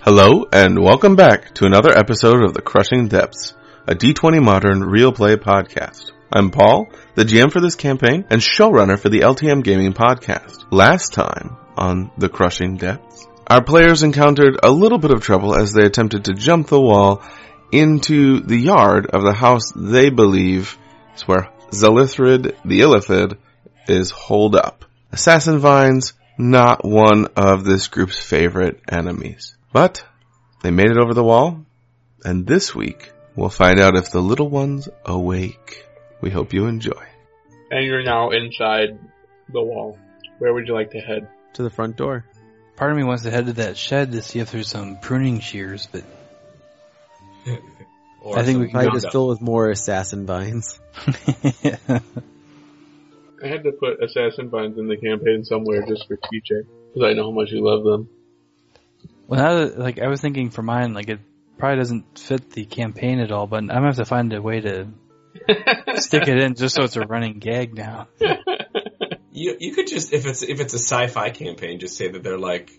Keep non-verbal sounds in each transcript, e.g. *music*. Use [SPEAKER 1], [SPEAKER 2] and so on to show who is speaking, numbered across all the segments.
[SPEAKER 1] Hello, and welcome back to another episode of The Crushing Depths, a D20 Modern Real Play podcast. I'm Paul, the GM for this campaign and showrunner for the LTM Gaming podcast. Last time on The Crushing Depths, our players encountered a little bit of trouble as they attempted to jump the wall into the yard of the house they believe is where Zelithrid the Illithid is holed up. Assassin Vines, not one of this group's favorite enemies. But they made it over the wall, and this week we'll find out if the little one's awake. We hope you enjoy.
[SPEAKER 2] And you're now inside the wall. Where would you like to head?
[SPEAKER 3] to the front door.
[SPEAKER 4] Part of me wants to head to that shed to see if there's some pruning shears, but *laughs*
[SPEAKER 5] Or
[SPEAKER 4] I think we
[SPEAKER 3] I
[SPEAKER 4] can
[SPEAKER 3] just fill with more assassin vines.
[SPEAKER 2] I had to put assassin vines in the campaign somewhere just for TJ, because I know how much you love *laughs* them.
[SPEAKER 4] well, now that, like I was thinking for mine, like it probably doesn't fit the campaign at all. But I'm gonna have to find a way to stick it in just so it's a running gag now.
[SPEAKER 5] you you could just if it's if it's a sci-fi campaign, just say that they're like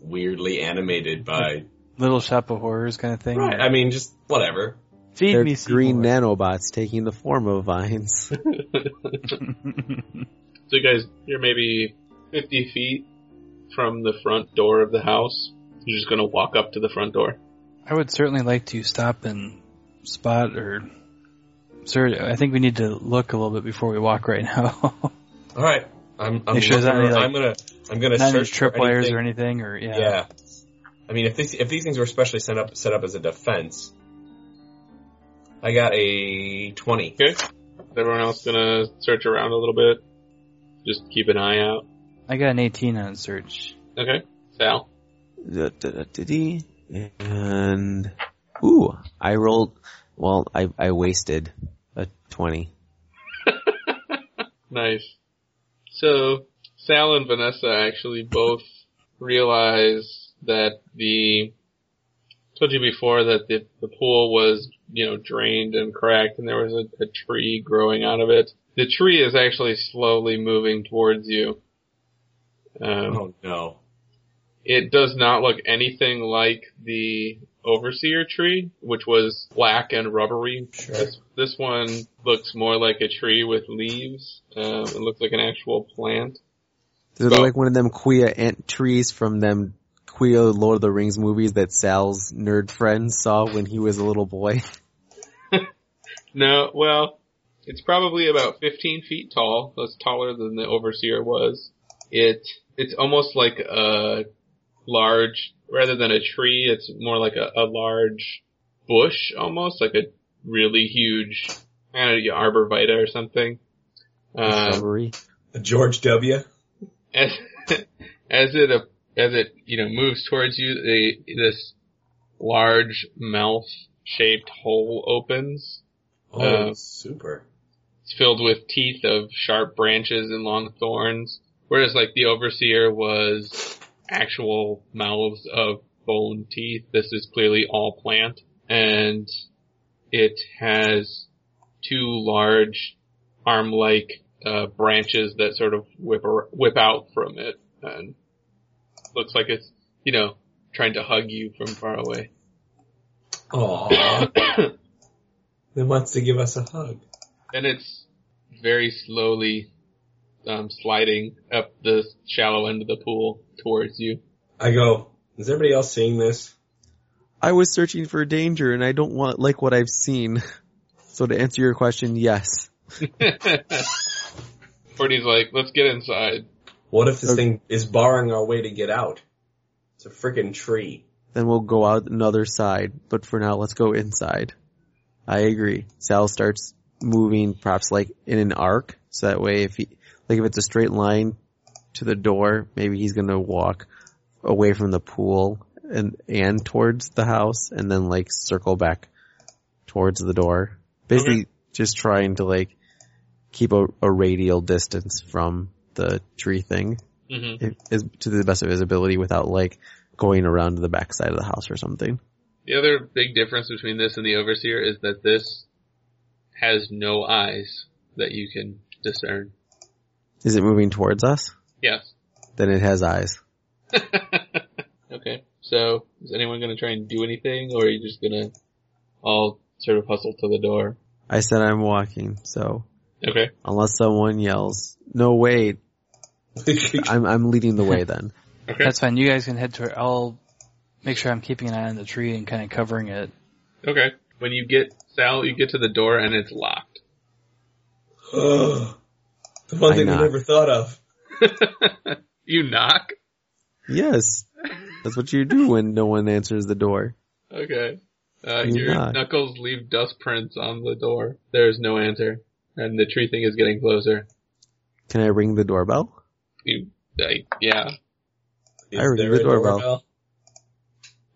[SPEAKER 5] weirdly animated by.
[SPEAKER 4] Little Shop of Horrors kind of thing.
[SPEAKER 5] Right. I mean, just whatever.
[SPEAKER 4] Feed
[SPEAKER 3] They're
[SPEAKER 4] me
[SPEAKER 3] green
[SPEAKER 4] Seymour.
[SPEAKER 3] nanobots taking the form of vines.
[SPEAKER 2] So you guys, you're maybe 50 feet from the front door of the house. You're just gonna walk up to the front door.
[SPEAKER 4] *laughs* I would certainly like to stop and spot or. Sir, I think we need to look a little bit before we walk right now. *laughs*
[SPEAKER 5] All right. I'm I'm,
[SPEAKER 4] Make sure there's
[SPEAKER 5] looking
[SPEAKER 4] not any,
[SPEAKER 5] around.
[SPEAKER 4] like,
[SPEAKER 5] I'm gonna I'm gonna
[SPEAKER 4] Not any
[SPEAKER 5] search for
[SPEAKER 4] tripwires or
[SPEAKER 5] anything.
[SPEAKER 4] anything, or yeah.
[SPEAKER 5] Yeah. I mean, if these if these things were especially set up set up as a defense, I got a twenty.
[SPEAKER 2] Okay? Is everyone else gonna search around a little bit? Just keep an eye out.
[SPEAKER 4] I got an 18 on search.
[SPEAKER 2] Okay? Sal?
[SPEAKER 3] Da-da-da-da-dee. and ooh, I rolled. Well, I I wasted a twenty.
[SPEAKER 2] Nice. So, Sal and Vanessa actually both realize that the, told you before that the, the pool was, you know, drained and cracked and there was a, a tree growing out of it. The tree is actually slowly moving towards you. Um,
[SPEAKER 5] Oh no.
[SPEAKER 2] It does not look anything like the overseer tree, which was black and rubbery
[SPEAKER 5] Sure.
[SPEAKER 2] this one looks more like a tree with leaves. Um, it looks like an actual plant.
[SPEAKER 3] They're
[SPEAKER 2] Well-
[SPEAKER 3] like one of them Quia ant trees from them Quia Lord of the Rings movies that Sal's nerd friend saw when he was a little boy.
[SPEAKER 2] No, well, it's probably about 15 feet tall. That's taller than the overseer was. It it's almost like a large, rather than a tree, it's more like a, a large bush, almost like a really huge, I don't know, arborvita or something. Um,
[SPEAKER 3] Shrubbery.
[SPEAKER 5] George W.
[SPEAKER 2] as *laughs* as it uh, as it you know moves towards you, the this large mouth shaped hole opens.
[SPEAKER 5] Oh,
[SPEAKER 2] Uh,
[SPEAKER 5] super.
[SPEAKER 2] It's filled with teeth of sharp branches and long thorns, whereas like the overseer was actual mouths of bone teeth. This is clearly all plant, and it has two large arm-like uh, branches that sort of whip ar- whip out from it, and looks like it's you know trying to hug you from far away. *coughs*
[SPEAKER 5] Aw. It wants to give us a hug.
[SPEAKER 2] and it's very slowly um, sliding up the shallow end of the pool towards you. *laughs*
[SPEAKER 5] I go. Is everybody else seeing this?
[SPEAKER 3] I was searching for danger, and I don't want like what I've seen. *laughs* So to answer your question, yes.
[SPEAKER 2] Courtney's like, "Let's get inside."
[SPEAKER 5] What if this
[SPEAKER 3] Okay.
[SPEAKER 5] thing is barring our way to get out? It's a freaking tree.
[SPEAKER 3] Then we'll go out another side, but for now, let's go inside. I agree. Sal starts moving, perhaps like in an arc, so that way if he, like if it's a straight line to the door, maybe he's gonna walk away from the pool and, and towards the house, and then like circle back towards the door. Basically, just trying to like keep a, a radial distance from the tree thing
[SPEAKER 2] hmm
[SPEAKER 3] if- is to the best of his ability without like going around to the back side of the house or something.
[SPEAKER 2] The other big difference between this and the overseer is that this has no eyes that you can discern.
[SPEAKER 3] Is it moving towards us?
[SPEAKER 2] Yes. *laughs*
[SPEAKER 3] Then it has eyes.
[SPEAKER 2] Okay. So is anyone going to try and do anything, or are you just going to all sort of hustle to the door?
[SPEAKER 3] I said I'm walking, so
[SPEAKER 2] Okay.
[SPEAKER 3] unless someone yells, no wait, I'm, I'm leading the way then.
[SPEAKER 2] Okay.
[SPEAKER 4] That's fine. You guys can head to it. I'll make sure I'm keeping an eye on the tree and kind of covering it.
[SPEAKER 2] Okay. When you get Sal, you get to the door and it's locked.
[SPEAKER 5] *gasps*
[SPEAKER 2] *laughs*
[SPEAKER 5] the one
[SPEAKER 3] I
[SPEAKER 5] thing we
[SPEAKER 3] knock.
[SPEAKER 5] never thought of.
[SPEAKER 2] you knock.
[SPEAKER 3] Yes. That's what you do when no one answers the door.
[SPEAKER 2] Okay. Uh,
[SPEAKER 3] You
[SPEAKER 2] your
[SPEAKER 3] knock.
[SPEAKER 2] knuckles leave dust prints on the door. There is no answer, and the tree thing is getting closer.
[SPEAKER 3] Can I ring the doorbell?
[SPEAKER 2] You, like, yeah.
[SPEAKER 5] Is
[SPEAKER 3] I ring
[SPEAKER 5] there
[SPEAKER 3] the
[SPEAKER 5] a
[SPEAKER 3] doorbell.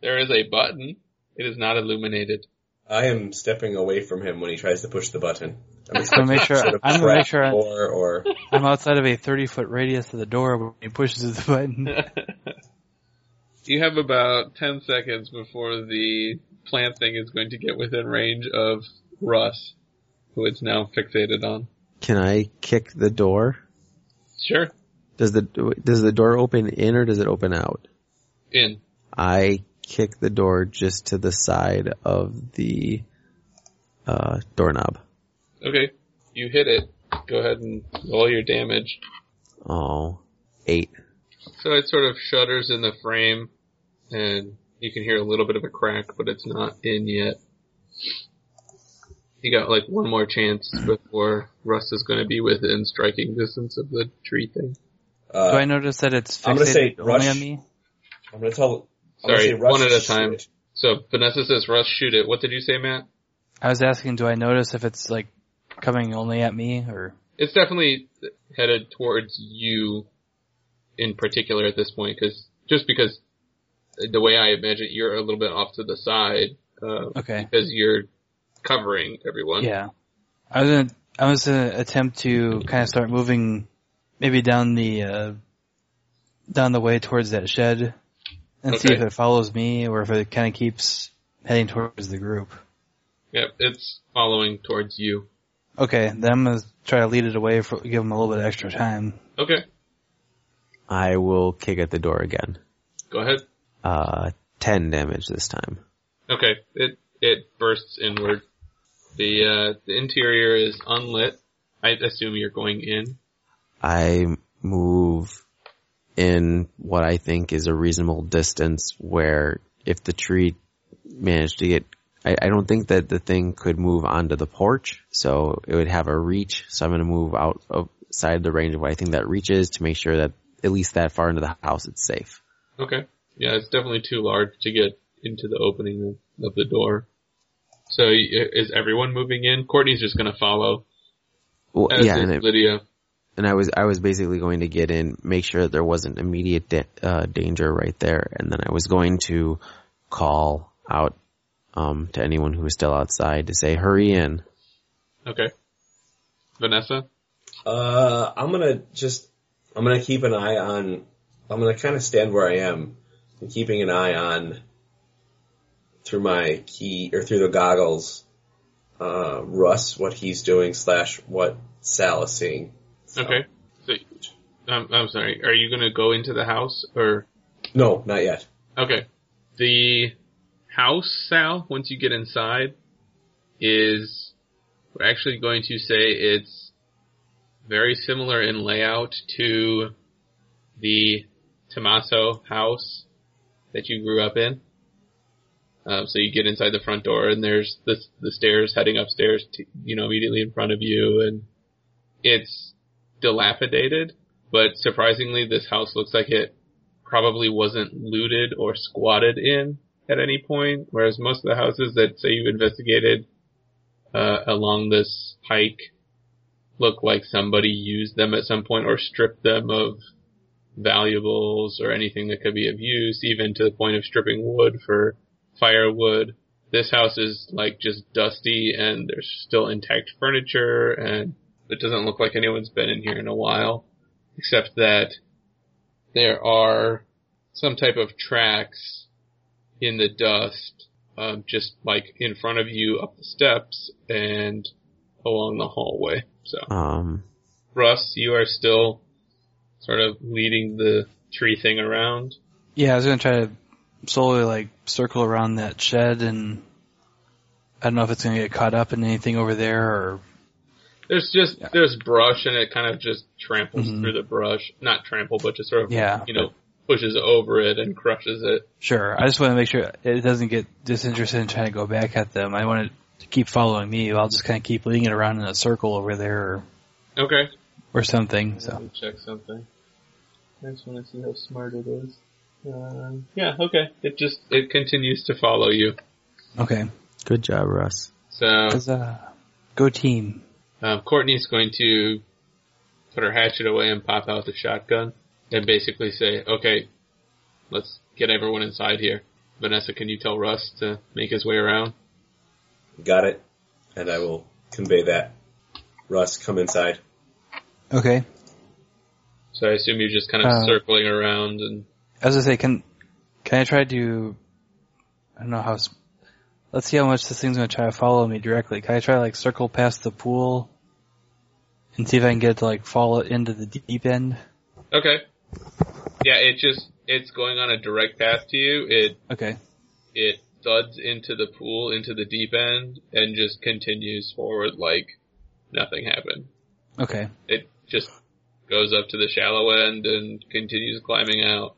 [SPEAKER 2] There is a button. It is not illuminated. *laughs*
[SPEAKER 5] I am stepping away from him when he tries to push the button. I'm
[SPEAKER 4] So make *laughs*
[SPEAKER 5] *laughs*
[SPEAKER 4] sure
[SPEAKER 5] sort of
[SPEAKER 4] I'm gonna make
[SPEAKER 5] trap
[SPEAKER 4] sure I-
[SPEAKER 5] or or
[SPEAKER 4] I'm outside of a 30 foot radius of the door when he pushes the
[SPEAKER 5] Uh,
[SPEAKER 4] button.
[SPEAKER 2] you have about 10 seconds before the plant thing is going to get within range of Russ, who it's now fixated on.
[SPEAKER 3] Can I kick the door?
[SPEAKER 2] Sure.
[SPEAKER 3] Does the, does the door open in or does it open out?
[SPEAKER 2] In.
[SPEAKER 3] I kick the door just to the side of the, uh, doorknob.
[SPEAKER 2] Okay. You hit it. Go ahead and roll your damage.
[SPEAKER 3] Oh, eight.
[SPEAKER 2] So it sort of shudders in the frame, and you can hear a little bit of a crack, but it's not in yet. You got like one more chance before Russ is going to be within striking distance of the tree thing.
[SPEAKER 5] uh,
[SPEAKER 4] Do I notice that it's fixated
[SPEAKER 5] I'm gonna say
[SPEAKER 4] only
[SPEAKER 5] rush.
[SPEAKER 4] on me?
[SPEAKER 5] I'm gonna tell. I'm gonna
[SPEAKER 2] Sorry,
[SPEAKER 5] say rush
[SPEAKER 2] one at a
[SPEAKER 5] shoot
[SPEAKER 2] time.
[SPEAKER 5] it.
[SPEAKER 2] So Vanessa says, "Russ, shoot it." What did you say, Matt?
[SPEAKER 4] I was asking, do I notice if it's like coming only at me or?
[SPEAKER 2] It's definitely headed towards you, in particular at this point, because just because the way I imagine it, you're a little bit off to the side uh,
[SPEAKER 4] Okay.
[SPEAKER 2] because you're covering everyone.
[SPEAKER 4] Yeah. I was gonna, I was gonna attempt to kind of start moving maybe down the, uh, down the way towards that shed and see
[SPEAKER 2] Okay.
[SPEAKER 4] if it follows me or if it kind of keeps heading towards the group.
[SPEAKER 2] Yep, it's following towards you.
[SPEAKER 4] Okay, then I'm gonna try to lead it away for, give them a little bit of extra time.
[SPEAKER 2] Okay,
[SPEAKER 3] I will kick at the door again.
[SPEAKER 2] go ahead.
[SPEAKER 3] Uh, ten damage this time.
[SPEAKER 2] Okay, it it bursts inward. The uh, the interior is unlit. I assume you're going in.
[SPEAKER 3] I move in what I think is a reasonable distance where if the tree managed to get, I, I don't think that the thing could move onto the porch, so it would have a reach, so I'm gonna move out of side the range of what I think that reach is to make sure that at least that far into the house it's safe.
[SPEAKER 2] Okay. Yeah, it's definitely too large to get into the opening of, of the door. So y- is everyone moving in? Courtney's just gonna follow.
[SPEAKER 3] Well,
[SPEAKER 2] As
[SPEAKER 3] yeah,
[SPEAKER 2] is
[SPEAKER 3] and, it,
[SPEAKER 2] Lydia.
[SPEAKER 3] and I was I was basically going to get in, make sure that there wasn't immediate da- uh, danger right there, and then I was going to call out um, to anyone who was still outside to say, "Hurry in."
[SPEAKER 2] Okay. Vanessa.
[SPEAKER 5] Uh, I'm gonna just, I'm gonna keep an eye on, I'm gonna kind of stand where I am, and keeping an eye on, through my key, or through the goggles, uh, Russ, what he's doing slash what Sal is seeing. So-
[SPEAKER 2] Okay. So, I'm I'm sorry. Are you gonna go into the house or?
[SPEAKER 5] No, not yet.
[SPEAKER 2] Okay. The house, Sal, once you get inside, is we're actually going to say it's very similar in layout to the Tomaso house that you grew up in. Um, so you get inside the front door and there's the, the stairs heading upstairs, to, you know, immediately in front of you and it's dilapidated, but surprisingly this house looks like it probably wasn't looted or squatted in at any point, whereas most of the houses that say you investigated uh, along this hike look like somebody used them at some point or stripped them of valuables or anything that could be of use, even to the point of stripping wood for firewood. This house is like just dusty and there's still intact furniture and it doesn't look like anyone's been in here in a while, except that there are some type of tracks in the dust, um, just like in front of you up the steps and along the hallway. So,
[SPEAKER 3] Um,
[SPEAKER 2] Russ, you are still sort of leading the tree thing around.
[SPEAKER 4] Yeah, I was gonna try to slowly like circle around that shed, and I don't know if it's gonna get caught up in anything over there or
[SPEAKER 2] There's just there's brush and it kind of just tramples
[SPEAKER 4] Mhm.
[SPEAKER 2] through the brush. Not trample, but just sort of
[SPEAKER 4] Yeah.
[SPEAKER 2] you know, pushes over it and crushes it.
[SPEAKER 4] Sure. I just want to make sure it doesn't get disinterested in trying to go back at them. I want it to keep following me. I'll just kind of keep leading it around in a circle over there or,
[SPEAKER 2] Okay.
[SPEAKER 4] or something. So
[SPEAKER 2] Let me check something. I just want to see how smart it is. Um, yeah, okay. It just it continues to follow you.
[SPEAKER 4] okay.
[SPEAKER 3] Good job, Russ.
[SPEAKER 2] So
[SPEAKER 4] 'Cause, uh, go team.
[SPEAKER 2] um, Courtney's going to put her hatchet away and pop out the shotgun and basically say, "Okay, let's get everyone inside here." Vanessa, can you tell Russ to make his way around?
[SPEAKER 5] Got it. And I will convey that. Russ, come inside.
[SPEAKER 4] Okay.
[SPEAKER 2] So I assume you're just kind of
[SPEAKER 4] Uh,
[SPEAKER 2] circling around and
[SPEAKER 4] As I say, can can I try to? I don't know how. s- Let's see how much this thing's gonna try to follow me directly. Can I try to, like circle past the pool and see if I can get it to like fall into the deep end?
[SPEAKER 2] okay. Yeah, it just it's going on a direct path to you. It
[SPEAKER 4] Okay.
[SPEAKER 2] it thuds into the pool, into the deep end, and just continues forward like nothing happened.
[SPEAKER 4] Okay.
[SPEAKER 2] It just goes up to the shallow end and continues climbing out.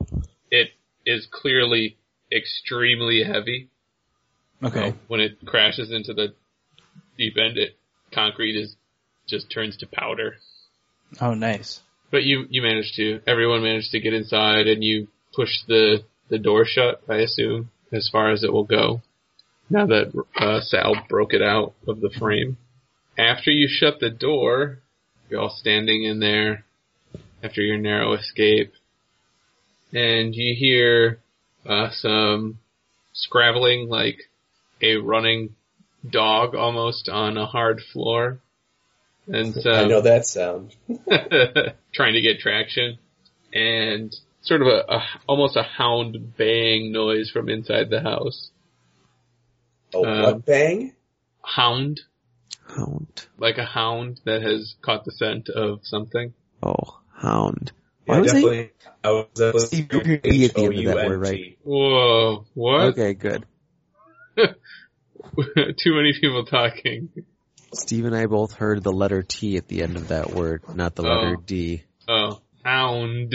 [SPEAKER 2] It is clearly extremely heavy.
[SPEAKER 4] Okay.
[SPEAKER 2] When it crashes into the deep end, it concrete is just turns to powder.
[SPEAKER 4] Oh, nice.
[SPEAKER 2] But you you managed to. Everyone managed to get inside, and you pushed the the door shut. I assume as far as it will go. Now that uh, Sal broke it out of the frame. After you shut the door, you're all standing in there after your narrow escape, and you hear uh, some scrabbling like a running dog almost on a hard floor. And uh, so
[SPEAKER 5] I know that sound.
[SPEAKER 2] *laughs* trying to get traction and sort of a, a almost a hound baying noise from inside the house.
[SPEAKER 5] Oh,
[SPEAKER 2] Uh,
[SPEAKER 5] what bang?
[SPEAKER 2] Hound,
[SPEAKER 3] Hound.
[SPEAKER 2] like a hound that has caught the scent of something.
[SPEAKER 3] Oh, hound.
[SPEAKER 5] Yeah,
[SPEAKER 3] Why was it?
[SPEAKER 5] definitely. I was definitely
[SPEAKER 3] Steve, you're gonna be at the end of that word, right?
[SPEAKER 2] Whoa, what?
[SPEAKER 3] Okay, good.
[SPEAKER 2] *laughs* Too many people talking.
[SPEAKER 3] Steve and I both heard the letter T at the end of that word, not the letter
[SPEAKER 2] Oh.
[SPEAKER 3] D.
[SPEAKER 2] Oh, hound.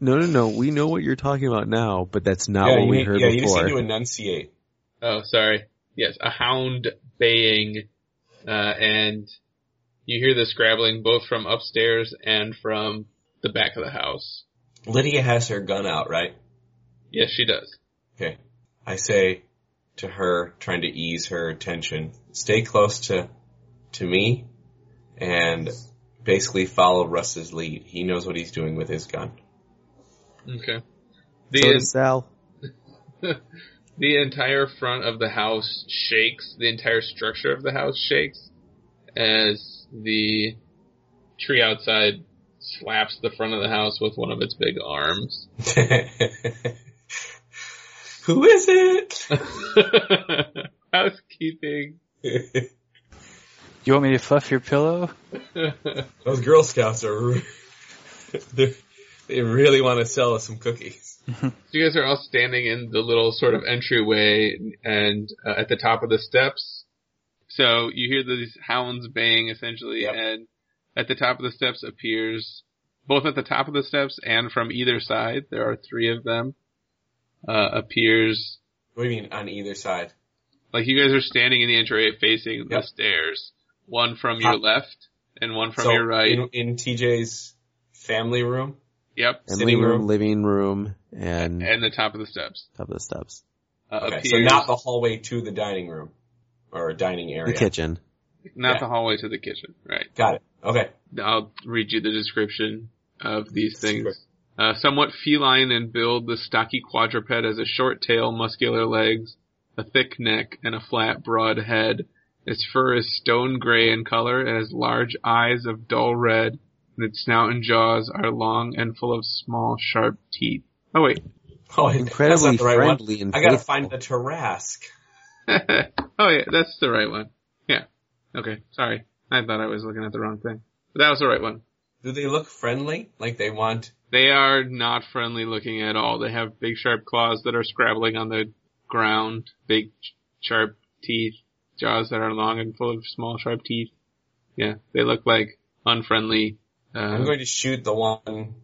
[SPEAKER 3] No, no, no. We know what you're talking about now, but that's not
[SPEAKER 5] yeah,
[SPEAKER 3] what
[SPEAKER 5] you,
[SPEAKER 3] we
[SPEAKER 5] need-
[SPEAKER 3] heard
[SPEAKER 5] yeah, you just
[SPEAKER 3] before.
[SPEAKER 5] need to enunciate.
[SPEAKER 2] Oh, sorry. Yes, a hound baying, uh, and you hear the scrabbling both from upstairs and from the back of the house.
[SPEAKER 5] Lydia has her gun out, right?
[SPEAKER 2] Yes, she does.
[SPEAKER 5] Okay. I say to her, trying to ease her attention, stay close to, to me and basically follow Russ's lead. He knows what he's doing with his gun. *laughs*
[SPEAKER 2] Okay.
[SPEAKER 3] so does Sal.
[SPEAKER 2] the entire front of the house shakes. The entire structure of the house shakes as the tree outside slaps the front of the house with one of its big arms. *laughs*
[SPEAKER 5] Who is it?
[SPEAKER 2] Housekeeping. *laughs*
[SPEAKER 4] You want me to fluff your pillow?
[SPEAKER 5] *laughs* Those Girl Scouts are, re- they're- they really want to sell us some cookies.
[SPEAKER 2] So you guys are all standing in the little sort of entryway and uh, at the top of the steps. So you hear these hounds baying essentially
[SPEAKER 5] Yep.
[SPEAKER 2] and at the top of the steps appears both at the top of the steps and from either side, there are three of them, uh, appears
[SPEAKER 5] What do you mean on either side?
[SPEAKER 2] like you guys are standing in the entryway facing the
[SPEAKER 5] Yep.
[SPEAKER 2] stairs, one from your
[SPEAKER 5] Ah.
[SPEAKER 2] left and one from
[SPEAKER 5] So,
[SPEAKER 2] your right.
[SPEAKER 5] In, in TJ's family room?
[SPEAKER 2] yep.
[SPEAKER 3] Emily
[SPEAKER 5] Sitting
[SPEAKER 3] room,
[SPEAKER 5] room. Eh.
[SPEAKER 3] living room, and
[SPEAKER 2] And the top of the steps.
[SPEAKER 3] top of the steps.
[SPEAKER 2] Uh,
[SPEAKER 5] Okay,
[SPEAKER 2] appears,
[SPEAKER 5] so not the hallway to the dining room or dining
[SPEAKER 3] The
[SPEAKER 5] area.
[SPEAKER 3] kitchen.
[SPEAKER 2] not
[SPEAKER 5] yeah.
[SPEAKER 2] the hallway to the kitchen, right?
[SPEAKER 5] Got it. Okay. *laughs*
[SPEAKER 2] I'll read you the description of these
[SPEAKER 5] Sure.
[SPEAKER 2] things. Uh, somewhat feline in build, the stocky quadruped has a short tail, muscular legs, a thick neck, and a flat, broad head. Its fur is stone gray in color. It has large eyes of dull red, and its snout and jaws are long and full of small, sharp teeth. Oh wait. *laughs*
[SPEAKER 5] Oh, that's
[SPEAKER 3] Incredibly
[SPEAKER 5] not the right
[SPEAKER 3] friendly
[SPEAKER 5] one.
[SPEAKER 3] and
[SPEAKER 5] I gotta
[SPEAKER 3] faithful.
[SPEAKER 5] find the Tarrasque.
[SPEAKER 2] oh yeah, that's the right one. Yeah. Okay. Sorry. I thought I was looking at the wrong thing. But that was the right one.
[SPEAKER 5] Do they look friendly? Like they want?
[SPEAKER 2] They are not friendly looking at all. They have big sharp claws that are scrabbling on the ground, big sharp teeth, jaws that are long and full of small sharp teeth. Yeah, they look like unfriendly.
[SPEAKER 5] I'm
[SPEAKER 2] Uh,
[SPEAKER 5] going to shoot the one.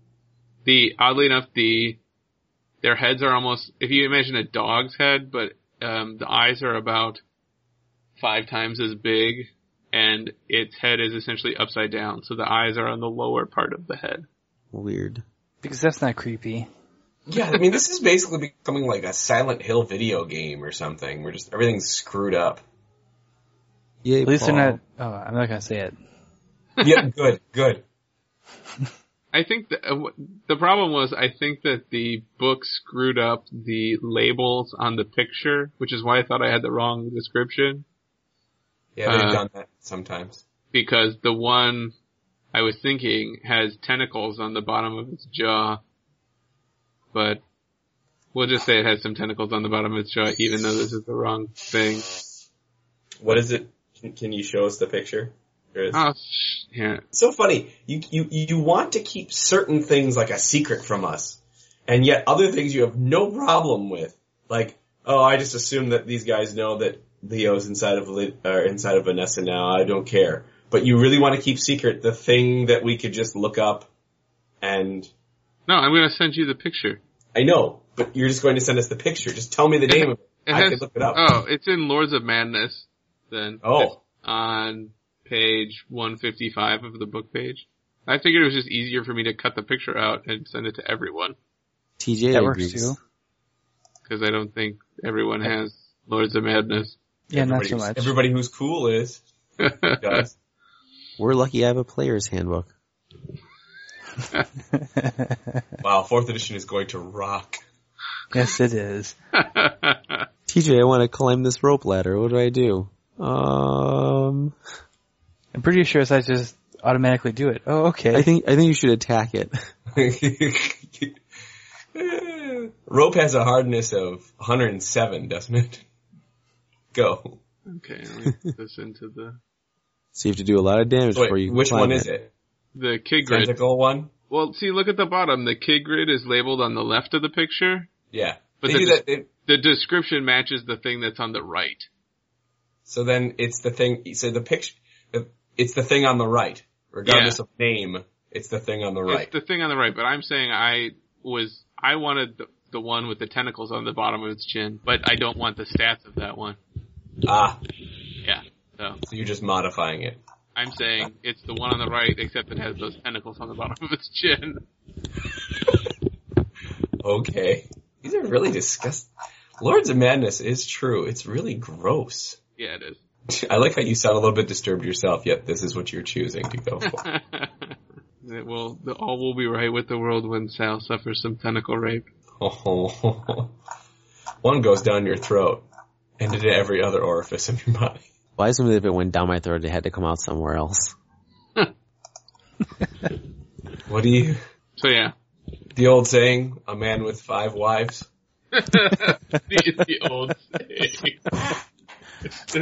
[SPEAKER 2] the oddly enough, the their heads are almost if you imagine a dog's head, but um, the eyes are about five times as big, and its head is essentially upside down, so the eyes are on the lower part of the head.
[SPEAKER 3] Weird.
[SPEAKER 4] Because that's not creepy.
[SPEAKER 5] Yeah, I mean, this is basically becoming like a Silent Hill video game or something. We're just everything's screwed up.
[SPEAKER 3] Yay,
[SPEAKER 4] At least
[SPEAKER 3] Paul.
[SPEAKER 4] they're not. Oh, I'm not gonna say it.
[SPEAKER 3] *laughs*
[SPEAKER 5] Yeah, good, good.
[SPEAKER 2] I think the, uh, w- the problem was I think that the book screwed up the labels on the picture, which is why I thought I had the wrong description
[SPEAKER 5] Yeah, they've
[SPEAKER 2] Uh,
[SPEAKER 5] done that sometimes.
[SPEAKER 2] because the one I was thinking has tentacles on the bottom of its jaw, but we'll just say it has some tentacles on the bottom of its jaw, even though this is the wrong thing.
[SPEAKER 5] What is it? Can, can you show us the picture? Here it
[SPEAKER 3] Ah,
[SPEAKER 5] is.
[SPEAKER 2] Oh, sh- yeah.
[SPEAKER 5] so funny. You you you want to keep certain things like a secret from us, and yet other things you have no problem with. Like, oh, I just assume that these guys know that Leo's inside of Li- or inside of Vanessa now. I don't care. But you really want to keep secret the thing that we could just look up, and
[SPEAKER 2] No, I'm gonna send you the picture.
[SPEAKER 5] I know, but you're just going to send us the picture. Just tell me the name of it.
[SPEAKER 2] It
[SPEAKER 5] I
[SPEAKER 2] has-
[SPEAKER 5] could look it up.
[SPEAKER 2] Oh, it's in Lords of Madness. Then.
[SPEAKER 5] Oh.
[SPEAKER 2] on page 155 of the book page. I figured it was just easier for me to cut the picture out and send it to everyone
[SPEAKER 3] TJ
[SPEAKER 4] that works
[SPEAKER 3] agrees.
[SPEAKER 4] too.
[SPEAKER 2] because I don't think everyone has Lords of Madness.
[SPEAKER 4] Yeah, not
[SPEAKER 5] Everybody
[SPEAKER 4] so
[SPEAKER 5] who's-
[SPEAKER 4] much.
[SPEAKER 5] Everybody who's cool is does.
[SPEAKER 3] We're lucky I have a player's handbook.
[SPEAKER 5] wow, fourth edition is going to rock.
[SPEAKER 4] *laughs* yes, it is.
[SPEAKER 2] That's
[SPEAKER 3] TJ, I want to climb this rope ladder. What do I do? Um,
[SPEAKER 4] I'm pretty sure it's not just automatically do it. Oh,
[SPEAKER 3] I *laughs*
[SPEAKER 4] okay.
[SPEAKER 3] think I think you should attack it.
[SPEAKER 5] *laughs* Rope has a hardness of 107, doesn't it? Go.
[SPEAKER 2] *laughs* okay. Let me put this into the
[SPEAKER 3] So you have to do a lot of damage before
[SPEAKER 5] Wait,
[SPEAKER 3] you.
[SPEAKER 5] which
[SPEAKER 3] climb
[SPEAKER 5] one is it?
[SPEAKER 2] the kid grid.
[SPEAKER 5] Tentacle one?
[SPEAKER 2] Well, see, look at the bottom. The kid grid is labeled on the left of the picture.
[SPEAKER 5] Yeah.
[SPEAKER 2] But
[SPEAKER 5] they
[SPEAKER 2] the
[SPEAKER 5] do
[SPEAKER 2] dis-
[SPEAKER 5] that. They,
[SPEAKER 2] The description matches the thing that's on the right.
[SPEAKER 5] so then it's the thing. So the picture. It's the thing on the right, regardless of name. It's the thing on the right.
[SPEAKER 2] It's the thing on the right, but I'm saying I was I wanted the, the one with the tentacles on the bottom of its chin, but I don't want the stats of that one.
[SPEAKER 5] ah,
[SPEAKER 2] Yeah. So
[SPEAKER 5] so you're just modifying it.
[SPEAKER 2] I'm saying it's the one on the right, except it has those tentacles on the bottom of its chin. *laughs*
[SPEAKER 5] Okay. These are really disgusting. Lords of Madness is true. It's really gross. *laughs*
[SPEAKER 2] Yeah, it is. *laughs*
[SPEAKER 5] I like how you sound a little bit disturbed yourself, yet this is what you're choosing
[SPEAKER 2] *laughs*
[SPEAKER 5] to go for.
[SPEAKER 2] it will, the, all will be right with the world when Sal suffers some tentacle rape.
[SPEAKER 5] Oh, *laughs* one goes down your throat and into every other orifice of your body.
[SPEAKER 3] Why is it if it went down my throat, it had to come out somewhere else?
[SPEAKER 5] What do you?
[SPEAKER 2] So yeah, *laughs*
[SPEAKER 5] The old saying, a man with five wives.
[SPEAKER 2] the, the old saying.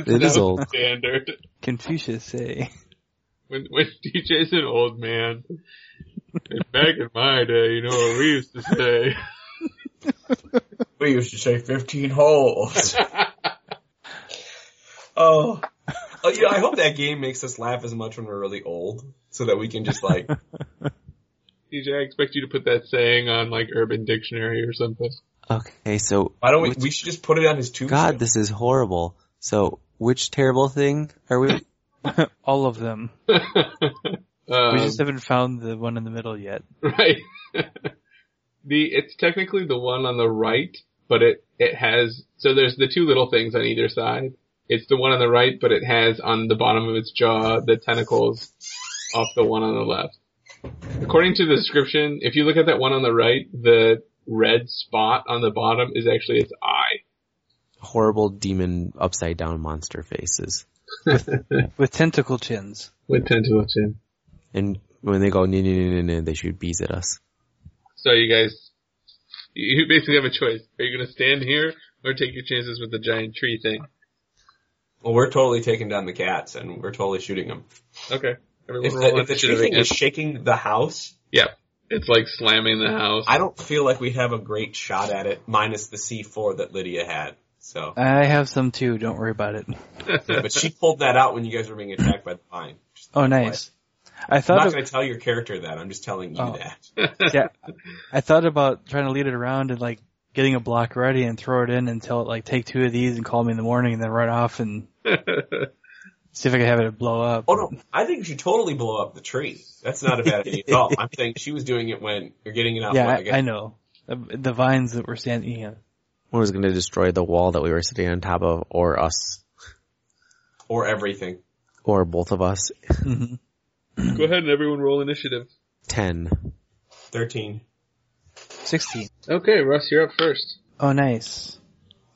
[SPEAKER 3] It is old.
[SPEAKER 2] standard.
[SPEAKER 4] Confucius eh? say.
[SPEAKER 2] When when DJ's an old man, back in my day, you know what we used to say. *laughs*
[SPEAKER 5] We used to say
[SPEAKER 2] *laughs*
[SPEAKER 5] 15 holes. oh. oh you know, I hope that game makes us laugh as much when we're really old so that we can just like,
[SPEAKER 2] DJ, I expect you to put that saying on like Urban Dictionary or something. *laughs*
[SPEAKER 3] Okay, so
[SPEAKER 5] why don't we,
[SPEAKER 3] Which-
[SPEAKER 5] we should just put it on his tombstone.
[SPEAKER 3] God, this is horrible. So which terrible thing are we?
[SPEAKER 4] All of them.
[SPEAKER 2] Um,
[SPEAKER 4] we just haven't found the one in the middle yet.
[SPEAKER 2] Right. the it's technically the one on the right, but it it has so there's the two little things on either side. It's the one on the right, but it has on the bottom of its jaw the tentacles off the one on the left. According to the description, if you look at that one on the right, the red spot on the bottom is actually its eye.
[SPEAKER 3] Horrible demon upside down monster faces.
[SPEAKER 4] With tentacle chins.
[SPEAKER 2] With tentacle chin.
[SPEAKER 3] And when they go no no no no no, they shoot bees at us.
[SPEAKER 2] So you guys, you basically have a choice. Are you gonna stand here or take your chances with the giant tree thing?
[SPEAKER 5] Well, we're totally taking down the cats and we're totally shooting them.
[SPEAKER 2] Okay. Everyone
[SPEAKER 5] If
[SPEAKER 2] roll
[SPEAKER 5] the, if the tree
[SPEAKER 2] initiative
[SPEAKER 5] thing
[SPEAKER 2] again.
[SPEAKER 5] is shaking the house,
[SPEAKER 2] Yeah. It's like slamming the *laughs* house.
[SPEAKER 5] I don't feel like we have a great shot at it, minus the C4 that Lydia had. So,
[SPEAKER 4] I have some too. Don't worry about it. *laughs*
[SPEAKER 5] but she pulled that out when you guys were being attacked by the vine.
[SPEAKER 4] Oh, nice. I
[SPEAKER 5] I'm
[SPEAKER 4] thought
[SPEAKER 5] not
[SPEAKER 4] of-
[SPEAKER 5] going to tell your character that. I'm just telling you
[SPEAKER 4] Oh.
[SPEAKER 5] that.
[SPEAKER 4] yeah, I thought about trying to lead it around and like getting a block ready and throw it in until it like take two of these and call me in the morning and then run off and see if I can have it blow up.
[SPEAKER 5] Oh no, I think you should totally blow up the tree. That's not a bad idea
[SPEAKER 4] *laughs*
[SPEAKER 5] at all. I'm saying she was doing it when you're getting it out.
[SPEAKER 4] yeah,
[SPEAKER 5] when
[SPEAKER 4] I,
[SPEAKER 5] again.
[SPEAKER 4] I know the, the vines that were standing. Yeah.
[SPEAKER 3] One was going to destroy the wall that we were sitting on top of, or us,
[SPEAKER 5] or everything.
[SPEAKER 3] or both of us.
[SPEAKER 4] Mhm.
[SPEAKER 2] Go ahead and everyone roll initiative.
[SPEAKER 3] Ten.
[SPEAKER 5] Thirteen.
[SPEAKER 4] Sixteen.
[SPEAKER 2] Okay, Russ, you're up first.
[SPEAKER 4] Oh, nice.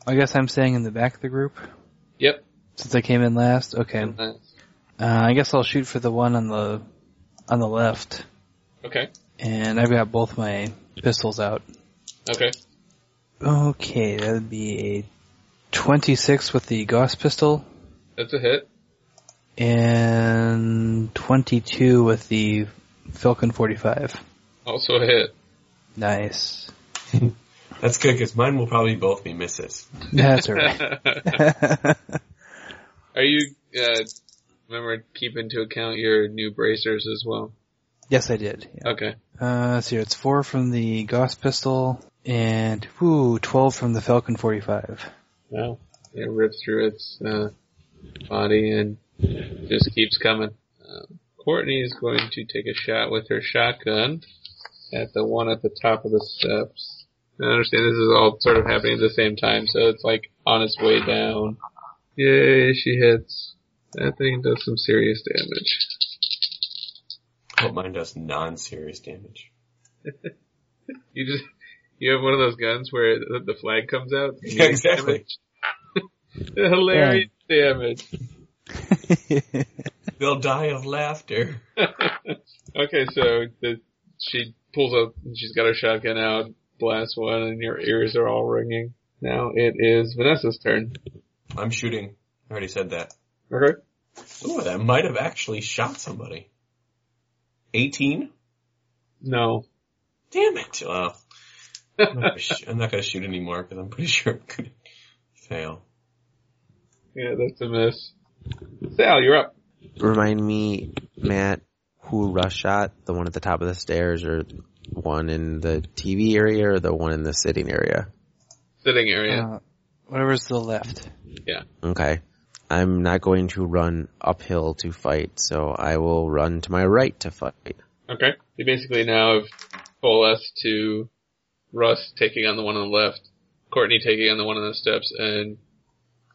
[SPEAKER 4] I guess I'm staying in the back of the group
[SPEAKER 2] Yep. Mm-hmm.
[SPEAKER 4] since I came in last. Okay. Uh, I guess I'll shoot for the one on the on the left,
[SPEAKER 2] Okay.
[SPEAKER 4] and I've got both my pistols out.
[SPEAKER 2] Okay.
[SPEAKER 4] Okay, that would be a 26 with the Gauss pistol
[SPEAKER 2] That's a hit.
[SPEAKER 4] and 22 with the Falcon 45.
[SPEAKER 2] Also a hit.
[SPEAKER 4] Nice.
[SPEAKER 5] That's good because mine will probably both be misses.
[SPEAKER 4] That's alright.
[SPEAKER 2] *laughs* Are you, uh, remember, keep into account your new bracers as well?
[SPEAKER 4] *laughs* yes, I did. Yeah.
[SPEAKER 2] Okay.
[SPEAKER 4] Uh, let's see here. It's 4 from the Gauss pistol and, whoo, 12 from the Falcon *laughs* 45.
[SPEAKER 2] Wow. It rips through its, uh, body and just keeps coming. Uh, Courtney is going to take a shot with her shotgun at the one at the top of the steps. I understand this is all sort of happening at the same time, so it's like on its way down. Yay, she hits. That thing does some serious damage.
[SPEAKER 5] I hope mine does non-serious damage.
[SPEAKER 2] You just you have one of those guns where the the flag comes out.
[SPEAKER 5] Yeah, exactly.
[SPEAKER 2] Damage. *laughs* Hilarious damage.
[SPEAKER 5] They'll die of laughter.
[SPEAKER 2] *laughs* Okay, so the, she pulls up. and She's got her shotgun out. Blast one, and your ears are all ringing. Now it is Vanessa's turn.
[SPEAKER 5] I'm shooting. I already said that.
[SPEAKER 2] Okay.
[SPEAKER 5] Ooh, that might have actually shot somebody. 18?
[SPEAKER 2] No.
[SPEAKER 5] Damn it. *laughs* Well, I'm not gonna sh- I'm not going to shoot anymore because I'm pretty *laughs* sure I'm going to fail.
[SPEAKER 2] Yeah, that's a miss. Sal, you're up.
[SPEAKER 3] Remind me, Matt, who rush shot the one at the top of the stairs, or one in the TV area, or the one in the sitting area?
[SPEAKER 2] Sitting area.
[SPEAKER 4] Uh, whatever's to the left.
[SPEAKER 3] Okay. I'm not going to run uphill to fight, so I will run to my right to fight.
[SPEAKER 2] Okay. You basically now have coalesced to Russ taking on the one on the left, Courtney taking on the one on the steps, and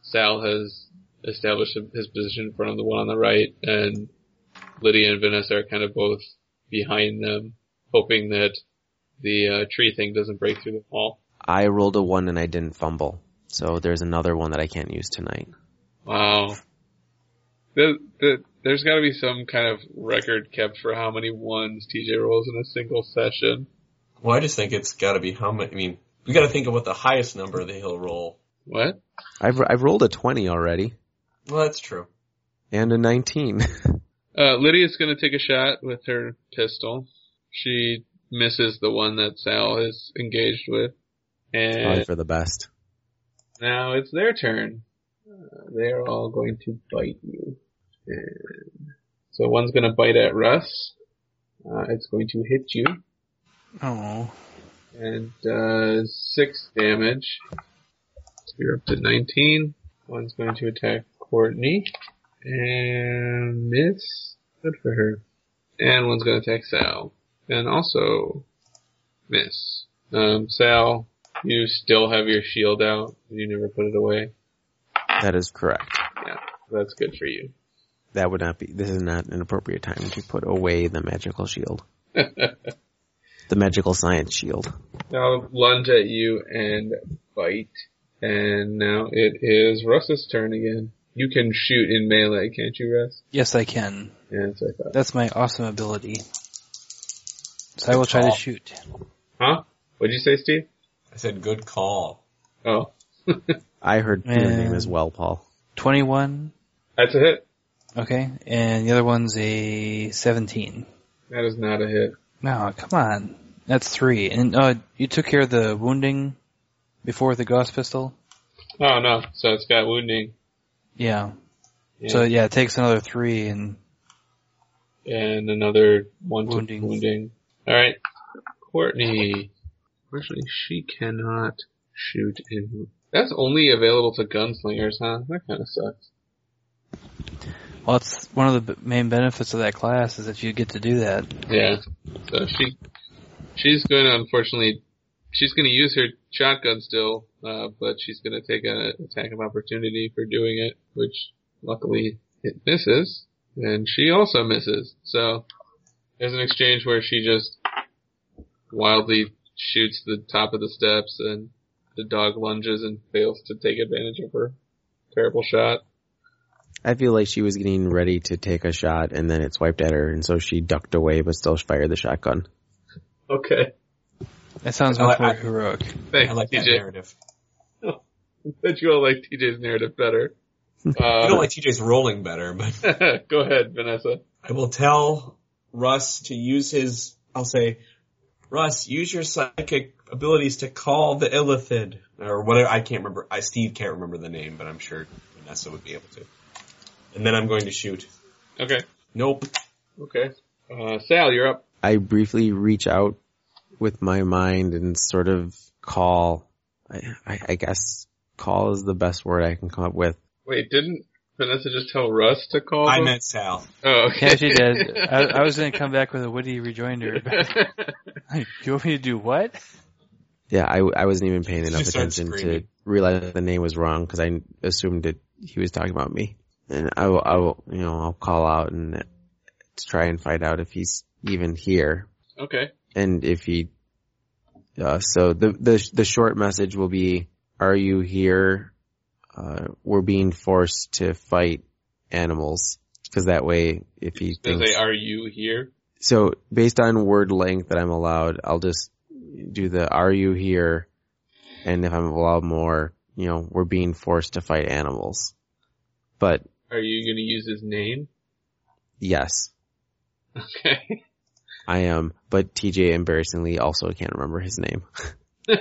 [SPEAKER 2] Sal has established his position in front of the one on the right, and Lydia and Vanessa are kind of both behind them, hoping that the uh, tree thing doesn't break through the wall.
[SPEAKER 3] I rolled a one and I didn't fumble, so there's another one that I can't use tonight.
[SPEAKER 2] Wow. The, the, there's gotta be some kind of record kept for how many ones TJ rolls in a single session.
[SPEAKER 5] Well, I just think it's got to be how much. I mean, we got to think of what the highest number that he'll roll.
[SPEAKER 2] What?
[SPEAKER 3] I've I've rolled a twenty already
[SPEAKER 5] Well, that's true.
[SPEAKER 3] and a nineteen.
[SPEAKER 2] Uh, Lydia's gonna take a shot with her pistol. She misses the one that Sal is engaged with.
[SPEAKER 3] Probably
[SPEAKER 2] And
[SPEAKER 3] for the best.
[SPEAKER 2] now it's their turn. Uh, they are all going to bite you. And so one's gonna bite at Russ. Uh, it's going to hit you
[SPEAKER 4] Oh.
[SPEAKER 2] and does six damage. So you're up to 19. One's going to attack Courtney and miss. Good for her. And one's going to attack Sal and also miss. Um, Sal, you still have your shield out. You never put it away.
[SPEAKER 3] That is correct.
[SPEAKER 2] That's good for you. *laughs*
[SPEAKER 3] That would not be. This is not an appropriate time to put away the magical shield, the magical science shield.
[SPEAKER 2] Now lunge at you and bite. And now it is Russ's turn again. You can shoot in melee, can't you, Russ?
[SPEAKER 4] Yes, I can.
[SPEAKER 2] Yeah, that's what I thought.
[SPEAKER 4] That's my awesome ability. So I will try to
[SPEAKER 5] call.
[SPEAKER 4] shoot.
[SPEAKER 2] Huh? What'd you say, Steve?
[SPEAKER 5] I said good call.
[SPEAKER 2] *laughs* Oh,
[SPEAKER 3] I heard your name
[SPEAKER 4] Man.
[SPEAKER 3] as well, Paul.
[SPEAKER 4] 21
[SPEAKER 2] that's a hit.
[SPEAKER 4] Okay, and the other one's a 17.
[SPEAKER 2] That is not a hit.
[SPEAKER 4] No, come on. That's three. And uh, you took care of the wounding before with the Gauss pistol?
[SPEAKER 2] Oh no, so it's got wounding.
[SPEAKER 4] Yeah.
[SPEAKER 2] Yeah.
[SPEAKER 4] So yeah, it takes another three and
[SPEAKER 2] and another one to
[SPEAKER 4] Wounding.
[SPEAKER 2] wounding. Alright. Courtney. Unfortunately, she cannot shoot in. That's only available to gunslingers, huh? That kind of sucks.
[SPEAKER 4] well, it's one of the b- main benefits of that class is that you get to do that.
[SPEAKER 2] Yeah. So she, she's going to unfortunately, she's going to use her shotgun still, uh, but she's going to take an attack of opportunity for doing it, which luckily it misses, and she also misses. So there's an exchange where she just wildly shoots the top of the steps and the dog lunges and fails to take advantage of her terrible shot.
[SPEAKER 3] I feel like she was getting ready to take a shot and then it swiped at her and so she ducked away but still fired the shotgun.
[SPEAKER 2] Okay.
[SPEAKER 4] That sounds
[SPEAKER 5] I
[SPEAKER 4] much
[SPEAKER 5] like-
[SPEAKER 4] more
[SPEAKER 5] I-
[SPEAKER 4] heroic.
[SPEAKER 2] Thanks,
[SPEAKER 5] I like that
[SPEAKER 2] TJ.
[SPEAKER 5] narrative.
[SPEAKER 2] Bet you all like TJ's narrative
[SPEAKER 5] *laughs*
[SPEAKER 2] better. Uh,
[SPEAKER 5] I don't like TJ's rolling better, but *laughs*
[SPEAKER 2] *laughs* Go ahead, Vanessa.
[SPEAKER 5] I will tell Russ to use his. I'll say, Russ, use your psychic abilities to call the Illithid or whatever. I can't remember. I Steve can't remember the name, but I'm sure Vanessa would be able to. And then I'm going to shoot.
[SPEAKER 2] Okay.
[SPEAKER 5] Nope.
[SPEAKER 2] Okay. Uh, Sal, you're up.
[SPEAKER 3] I briefly reach out with my mind and sort of call. I, I, I guess call is the best word I can come up with.
[SPEAKER 2] Wait, didn't Vanessa just tell Russ to call?
[SPEAKER 5] I
[SPEAKER 2] them?
[SPEAKER 5] meant Sal.
[SPEAKER 2] Oh, okay.
[SPEAKER 4] Yeah, she did. I, I was going to come back with a witty rejoinder. But *laughs* you want me to do what?
[SPEAKER 3] Yeah, I, I wasn't even paying enough
[SPEAKER 5] just started
[SPEAKER 3] attention to
[SPEAKER 5] screaming.
[SPEAKER 3] realize that the name was wrong because I assumed that he was talking about me. And I will, I will, you know, I'll call out and to try and find out if he's even here.
[SPEAKER 2] *laughs* okay.
[SPEAKER 3] and if he uh, so the the the short message will be are you here uh, we're being forced to fight animals because that way if he
[SPEAKER 2] Does
[SPEAKER 3] thinks
[SPEAKER 2] say, are you here?
[SPEAKER 3] so based on word length that I'm allowed I'll just do the are you here and if I'm allowed more you know we're being forced to fight animals but
[SPEAKER 2] Are you going to use his name?
[SPEAKER 3] yes
[SPEAKER 2] Okay. *laughs*
[SPEAKER 3] I am but TJ embarrassingly also can't remember his name
[SPEAKER 2] his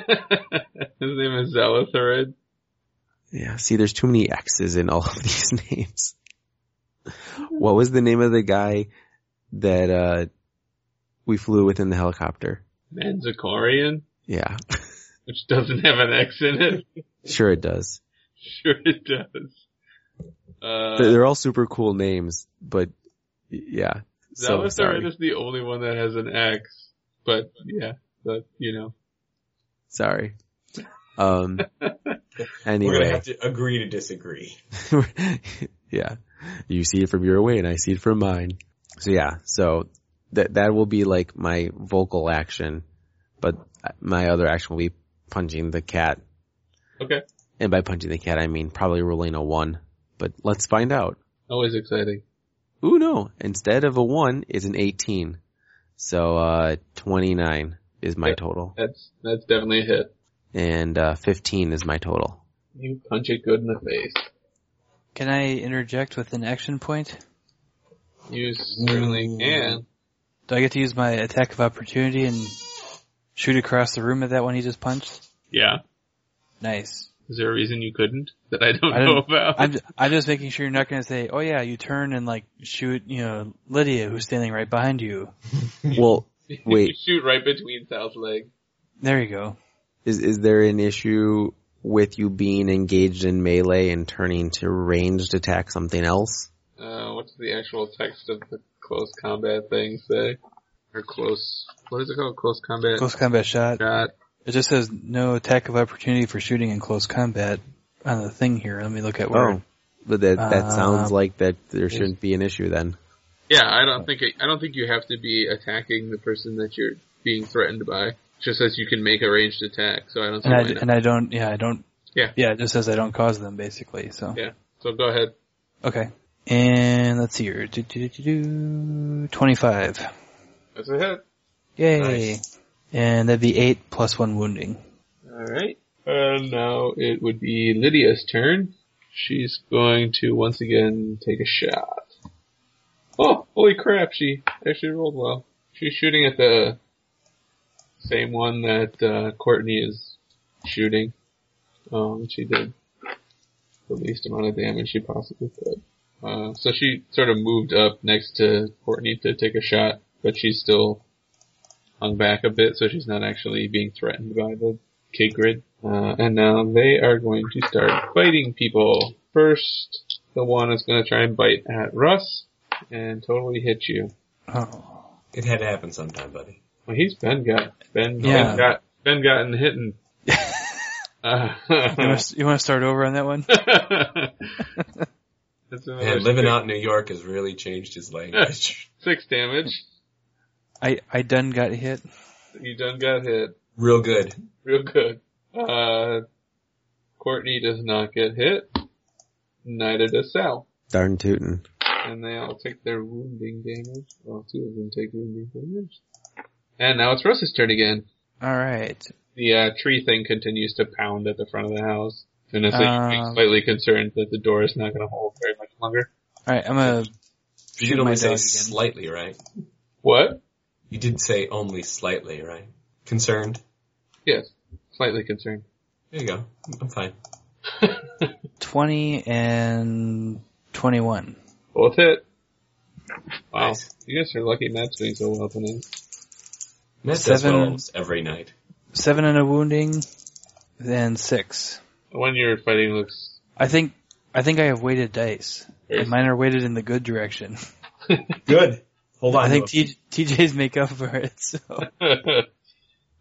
[SPEAKER 2] name is Zealothurid.
[SPEAKER 3] Yeah, see, there's too many X's in all *laughs* of these names. What was the name of the guy that uh we flew with in the helicopter?
[SPEAKER 2] Manzikorian,
[SPEAKER 3] Yeah,
[SPEAKER 2] which doesn't have an X in it. *laughs*
[SPEAKER 3] sure it does.
[SPEAKER 2] sure it does. Uh,
[SPEAKER 3] They're, they're all super cool names, but yeah. So,
[SPEAKER 2] Zealothurid
[SPEAKER 3] sorry.
[SPEAKER 2] is the only one that has an X. But yeah, but you know.
[SPEAKER 3] Sorry. Um.
[SPEAKER 5] We're gonna
[SPEAKER 3] Anyway,
[SPEAKER 5] have to agree to disagree. *laughs*
[SPEAKER 3] *laughs* yeah. You see it from your way, and I see it from mine. So yeah. So that that will be like my vocal action, but my other action will be punching the cat
[SPEAKER 2] Okay.
[SPEAKER 3] And by punching the cat, I mean probably rolling a one. But let's find out.
[SPEAKER 2] Always exciting.
[SPEAKER 3] Ooh, no. Instead of a one, it's an 18. So, uh, 29 is my
[SPEAKER 2] Yeah.
[SPEAKER 3] total.
[SPEAKER 2] That's, that's definitely a hit.
[SPEAKER 3] And, uh, 15 is my total.
[SPEAKER 2] You punch it good in the face.
[SPEAKER 4] Can I interject with an action point?
[SPEAKER 2] You certainly
[SPEAKER 4] Mm.
[SPEAKER 2] can.
[SPEAKER 4] Do I get to use my attack of opportunity and shoot across the room at that one he just punched?
[SPEAKER 2] Yeah.
[SPEAKER 4] Nice.
[SPEAKER 2] Is there a reason you couldn't that I don't
[SPEAKER 4] I
[SPEAKER 2] know
[SPEAKER 4] didn't-
[SPEAKER 2] about?
[SPEAKER 4] I'm I'm just making sure you're not going to say, "Oh yeah, you turn and like shoot, you know, Lydia who's standing right behind you."
[SPEAKER 3] Well,
[SPEAKER 2] *laughs* you
[SPEAKER 3] wait,
[SPEAKER 2] shoot right between Sal's legs.
[SPEAKER 4] There you go.
[SPEAKER 3] is, is there an issue with you being engaged in melee and turning to ranged attack something else?
[SPEAKER 2] Uh, what's the actual text of the close combat thing say? Or close, what is it called? Close combat
[SPEAKER 4] Close combat shot.
[SPEAKER 2] shot.
[SPEAKER 4] It just says no attack of opportunity for shooting in close combat on the thing here. Let me look at where.
[SPEAKER 3] Oh. But that, that sounds
[SPEAKER 4] Um,
[SPEAKER 3] like that there shouldn't be an issue then.
[SPEAKER 2] Yeah, I don't think, it, I don't think you have to be attacking the person that you're being threatened by. It Just says you can make a ranged attack, so I don't see
[SPEAKER 4] And I
[SPEAKER 2] why not.
[SPEAKER 4] and I don't. Yeah, I don't.
[SPEAKER 2] Yeah.
[SPEAKER 4] Yeah, it just says I don't cause them basically. So.
[SPEAKER 2] Yeah. So go ahead.
[SPEAKER 4] Okay. And let's see here. Do, do, do, do, do. 25.
[SPEAKER 2] That's a hit.
[SPEAKER 4] Yay.
[SPEAKER 5] Nice.
[SPEAKER 4] And that'd be 8 plus 1 wounding.
[SPEAKER 2] Alright. And now it would be Lydia's turn. She's going to once again take a shot. Oh, holy crap, she actually rolled well. She's shooting at the same one that uh, Courtney is shooting. Um, she did the least amount of damage she possibly could. Uh, so she sort of moved up next to Courtney to take a shot, but she's still hung back a bit, so she's not actually being threatened by the kid grid. Uh, and now they are going to start biting people. First, the one is going to try and bite at Russ and totally hit you.
[SPEAKER 4] Oh.
[SPEAKER 5] It had to happen sometime, buddy.
[SPEAKER 2] Well, he's Ben got Ben,
[SPEAKER 4] Yeah.
[SPEAKER 2] ben got Ben gotten hitting. Uh,
[SPEAKER 4] You want to you wanna start over on that one?
[SPEAKER 2] *laughs* That's another
[SPEAKER 5] Man, living
[SPEAKER 2] six-
[SPEAKER 5] out in New York has really changed his language.
[SPEAKER 2] *laughs* six damage.
[SPEAKER 4] I I done got hit.
[SPEAKER 2] You done got hit.
[SPEAKER 5] Real good.
[SPEAKER 2] Real good. Uh, Courtney does not get hit. Neither does Sal.
[SPEAKER 3] Darn tootin'.
[SPEAKER 2] And they all take their wounding damage. Well, two of them take wounding damage. And now it's Russ's turn again.
[SPEAKER 4] All right.
[SPEAKER 2] The uh, tree thing continues to pound at the front of the house. And it's like
[SPEAKER 4] Um.
[SPEAKER 2] slightly concerned that the door is not going to hold very much longer.
[SPEAKER 4] All right. I'm gonna.
[SPEAKER 5] You
[SPEAKER 4] Shoot
[SPEAKER 5] did only
[SPEAKER 4] my
[SPEAKER 5] say
[SPEAKER 4] dog again.
[SPEAKER 5] slightly, right?
[SPEAKER 2] What?
[SPEAKER 5] You did say only slightly, right? Concerned.
[SPEAKER 2] Yes. Slightly concerned. *laughs*
[SPEAKER 5] There you go. I'm fine.
[SPEAKER 4] 20 and 21.
[SPEAKER 2] Both hit. Wow.
[SPEAKER 5] Nice.
[SPEAKER 2] You guys are lucky Matt's doing so well tonight.
[SPEAKER 5] Matt does
[SPEAKER 4] Seven.
[SPEAKER 5] well almost every night.
[SPEAKER 4] Seven and a wounding, then six.
[SPEAKER 2] The one you're fighting looks... *laughs*
[SPEAKER 4] I think, I think I have weighted dice.
[SPEAKER 2] Very
[SPEAKER 4] And mine are weighted in the good direction.
[SPEAKER 5] Good. Hold on.
[SPEAKER 4] I think
[SPEAKER 5] to
[SPEAKER 4] T- TJ's make up for it, *laughs* so.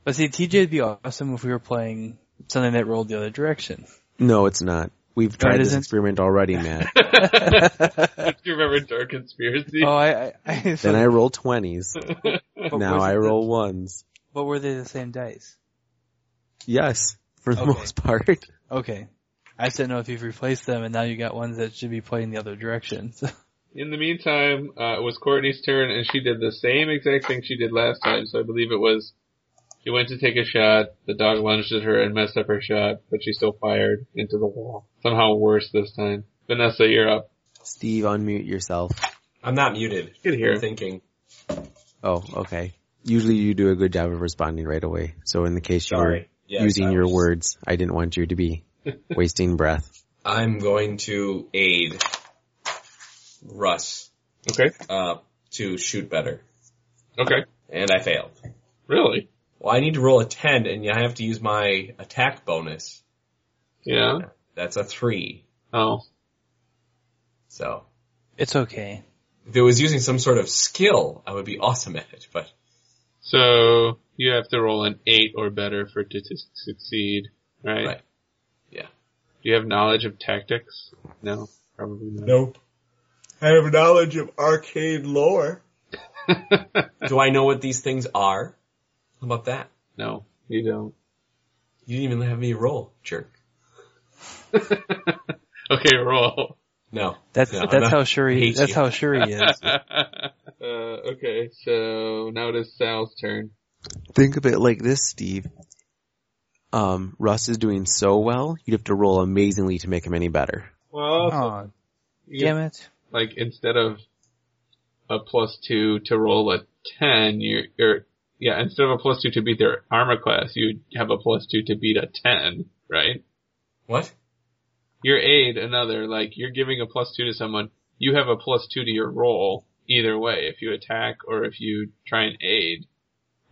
[SPEAKER 4] But see, TJ'd be awesome if we were playing something that rolled the other direction.
[SPEAKER 3] No, it's not. We've tried this
[SPEAKER 4] isn't.
[SPEAKER 3] experiment already,
[SPEAKER 2] *laughs*
[SPEAKER 3] Matt.
[SPEAKER 4] oh,
[SPEAKER 2] Do you remember Dark Conspiracy?
[SPEAKER 4] I, I, I,
[SPEAKER 3] then I roll 20s.
[SPEAKER 2] *laughs*
[SPEAKER 4] but
[SPEAKER 3] Now
[SPEAKER 4] was
[SPEAKER 3] I
[SPEAKER 4] it the-
[SPEAKER 3] roll 1s.
[SPEAKER 4] But were they the same dice?
[SPEAKER 3] Yes, for the
[SPEAKER 4] Okay.
[SPEAKER 3] most part.
[SPEAKER 4] Okay. I just didn't know if you've replaced them and now you got ones that should be playing the other direction. *laughs*
[SPEAKER 2] In the meantime, uh, it was Courtney's turn, and she did the same exact thing she did last time. So I believe it was she went to take a shot, the dog lunged at her and messed up her shot, but she still fired into the wall. Somehow worse this time. Vanessa, you're up.
[SPEAKER 3] Steve, unmute yourself.
[SPEAKER 5] I'm not muted.
[SPEAKER 2] Good here.
[SPEAKER 5] I'm thinking.
[SPEAKER 3] Oh, okay. Usually you do a good job of responding right away. So in the case you were
[SPEAKER 5] Sorry. Yes,
[SPEAKER 3] using
[SPEAKER 5] I
[SPEAKER 3] your
[SPEAKER 5] was-
[SPEAKER 3] words, I didn't want you to be wasting breath.
[SPEAKER 5] I'm going to aid Russ
[SPEAKER 2] Okay.
[SPEAKER 5] uh, to shoot better,
[SPEAKER 2] Okay.
[SPEAKER 5] and I failed.
[SPEAKER 2] Really?
[SPEAKER 5] Well, I need to roll a ten, and I have to use my attack bonus.
[SPEAKER 2] Yeah.
[SPEAKER 5] That's a three.
[SPEAKER 2] Oh.
[SPEAKER 5] So
[SPEAKER 4] it's okay.
[SPEAKER 5] if it was using some sort of skill, I would be awesome at it. But
[SPEAKER 2] So you have to roll an eight or better for it to t- succeed, right?
[SPEAKER 5] Right. Yeah.
[SPEAKER 2] Do you have knowledge of tactics? No, probably not.
[SPEAKER 5] nope. I have knowledge of arcade lore. Do I know what these things are? How about that?
[SPEAKER 2] *laughs* No, you don't.
[SPEAKER 5] You didn't even have me roll, jerk.
[SPEAKER 2] *laughs* okay, roll.
[SPEAKER 5] No.
[SPEAKER 4] That's,
[SPEAKER 5] No, I'm
[SPEAKER 4] that's
[SPEAKER 5] not-
[SPEAKER 4] how
[SPEAKER 5] I
[SPEAKER 4] Shuri,
[SPEAKER 5] hate
[SPEAKER 4] that's
[SPEAKER 5] you.
[SPEAKER 4] how
[SPEAKER 5] *laughs*
[SPEAKER 4] Shuri is.
[SPEAKER 2] uh, okay, so now it is Sal's turn.
[SPEAKER 3] Think of it like this, Steve. Um, Russ is doing so well, you'd have to roll amazingly to make him any better.
[SPEAKER 2] Well,
[SPEAKER 4] Oh,
[SPEAKER 2] you-
[SPEAKER 4] damn it.
[SPEAKER 2] like instead of a plus two to roll a ten, you, you're yeah, instead of a plus two to beat their armor class, you have a plus two to beat a ten, right?
[SPEAKER 5] What?
[SPEAKER 2] Your aid, another like you're giving a plus two to someone, you have a plus two to your roll either way if you attack or if you try and aid,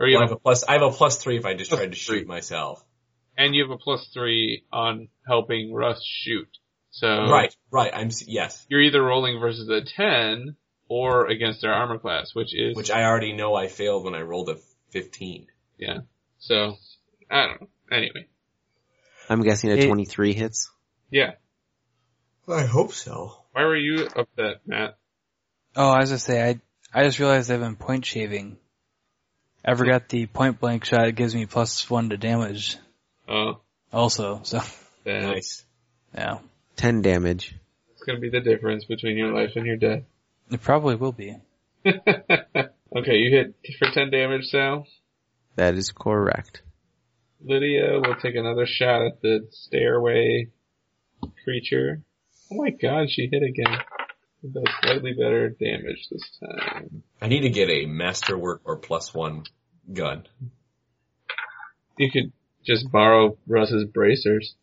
[SPEAKER 2] or you
[SPEAKER 5] Well, I
[SPEAKER 2] have
[SPEAKER 5] have a plus. I have a plus three if I just
[SPEAKER 2] Plus
[SPEAKER 5] tried to
[SPEAKER 2] three.
[SPEAKER 5] shoot myself.
[SPEAKER 2] and you have a plus three on helping Russ shoot. So
[SPEAKER 5] Right, right. I'm s- yes,
[SPEAKER 2] you're either rolling versus a 10 or against their armor class, which is,
[SPEAKER 5] which I already know I failed when I rolled a fifteen.
[SPEAKER 2] yeah. So, I don't know. Anyway.
[SPEAKER 3] I'm guessing a
[SPEAKER 4] It-
[SPEAKER 3] 23 hits.
[SPEAKER 2] Yeah.
[SPEAKER 5] I hope so.
[SPEAKER 2] Why were you upset, Matt?
[SPEAKER 4] Oh, I was gonna say, I, I just realized I've been point shaving. I forgot the point blank shot gives me plus one to damage
[SPEAKER 2] Oh,
[SPEAKER 4] also, so, *laughs*
[SPEAKER 2] then
[SPEAKER 5] Nice.
[SPEAKER 4] yeah.
[SPEAKER 3] 10 damage.
[SPEAKER 2] it's gonna be the difference between your life and your death. *laughs*
[SPEAKER 4] It probably will be.
[SPEAKER 2] okay, you hit for 10 damage, Sal.
[SPEAKER 3] That is correct.
[SPEAKER 2] Lydia will take another shot at the stairway creature. Oh my god, she hit again. It does slightly better damage this time.
[SPEAKER 5] I need to get a masterwork or plus one gun.
[SPEAKER 2] You could just borrow Russ's bracers.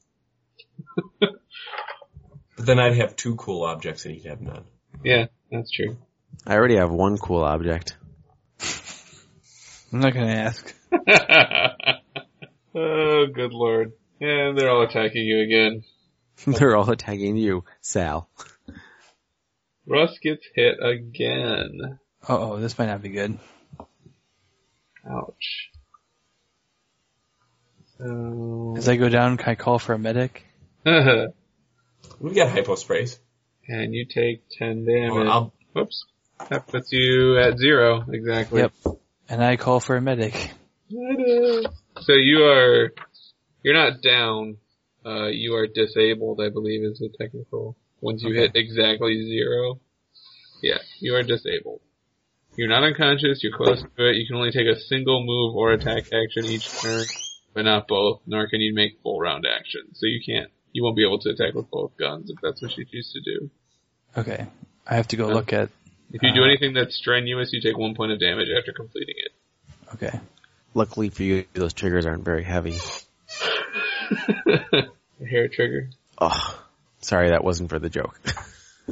[SPEAKER 5] But then I'd have two cool objects and he'd have none.
[SPEAKER 2] Yeah, that's true. *laughs*
[SPEAKER 3] I already have one cool object. *laughs*
[SPEAKER 4] I'm not gonna ask.
[SPEAKER 2] oh, good lord. And they're all attacking you again.
[SPEAKER 3] They're all attacking you, Sal.
[SPEAKER 2] Russ gets hit again.
[SPEAKER 4] Uh oh, this might not be good.
[SPEAKER 2] Ouch. So... *laughs*
[SPEAKER 4] As I go down, can I call for a medic?
[SPEAKER 2] and
[SPEAKER 5] We've got hypo sprays.
[SPEAKER 2] you take 10 damage.
[SPEAKER 5] Or I'll-
[SPEAKER 2] Whoops. That puts you at zero, exactly.
[SPEAKER 4] Yep. And I call for a medic.
[SPEAKER 2] That is- So you are, you're not down, uh, you are disabled, I believe is the technical. Once you hit exactly zero, yeah, you are disabled. You're not unconscious, you're close to it, you can only take a single move or attack action each turn, but not both, nor can you make full round action. So you can't, you won't be able to attack with both guns if that's what you choose to do.
[SPEAKER 4] Okay. I have to go look at.
[SPEAKER 2] If you do
[SPEAKER 4] Uh.
[SPEAKER 2] anything that's strenuous, you take one point of damage after completing it.
[SPEAKER 4] Okay.
[SPEAKER 3] Luckily for you, those triggers aren't very heavy.
[SPEAKER 2] *laughs* A hair trigger.
[SPEAKER 3] Ugh. Sorry, that wasn't for the joke.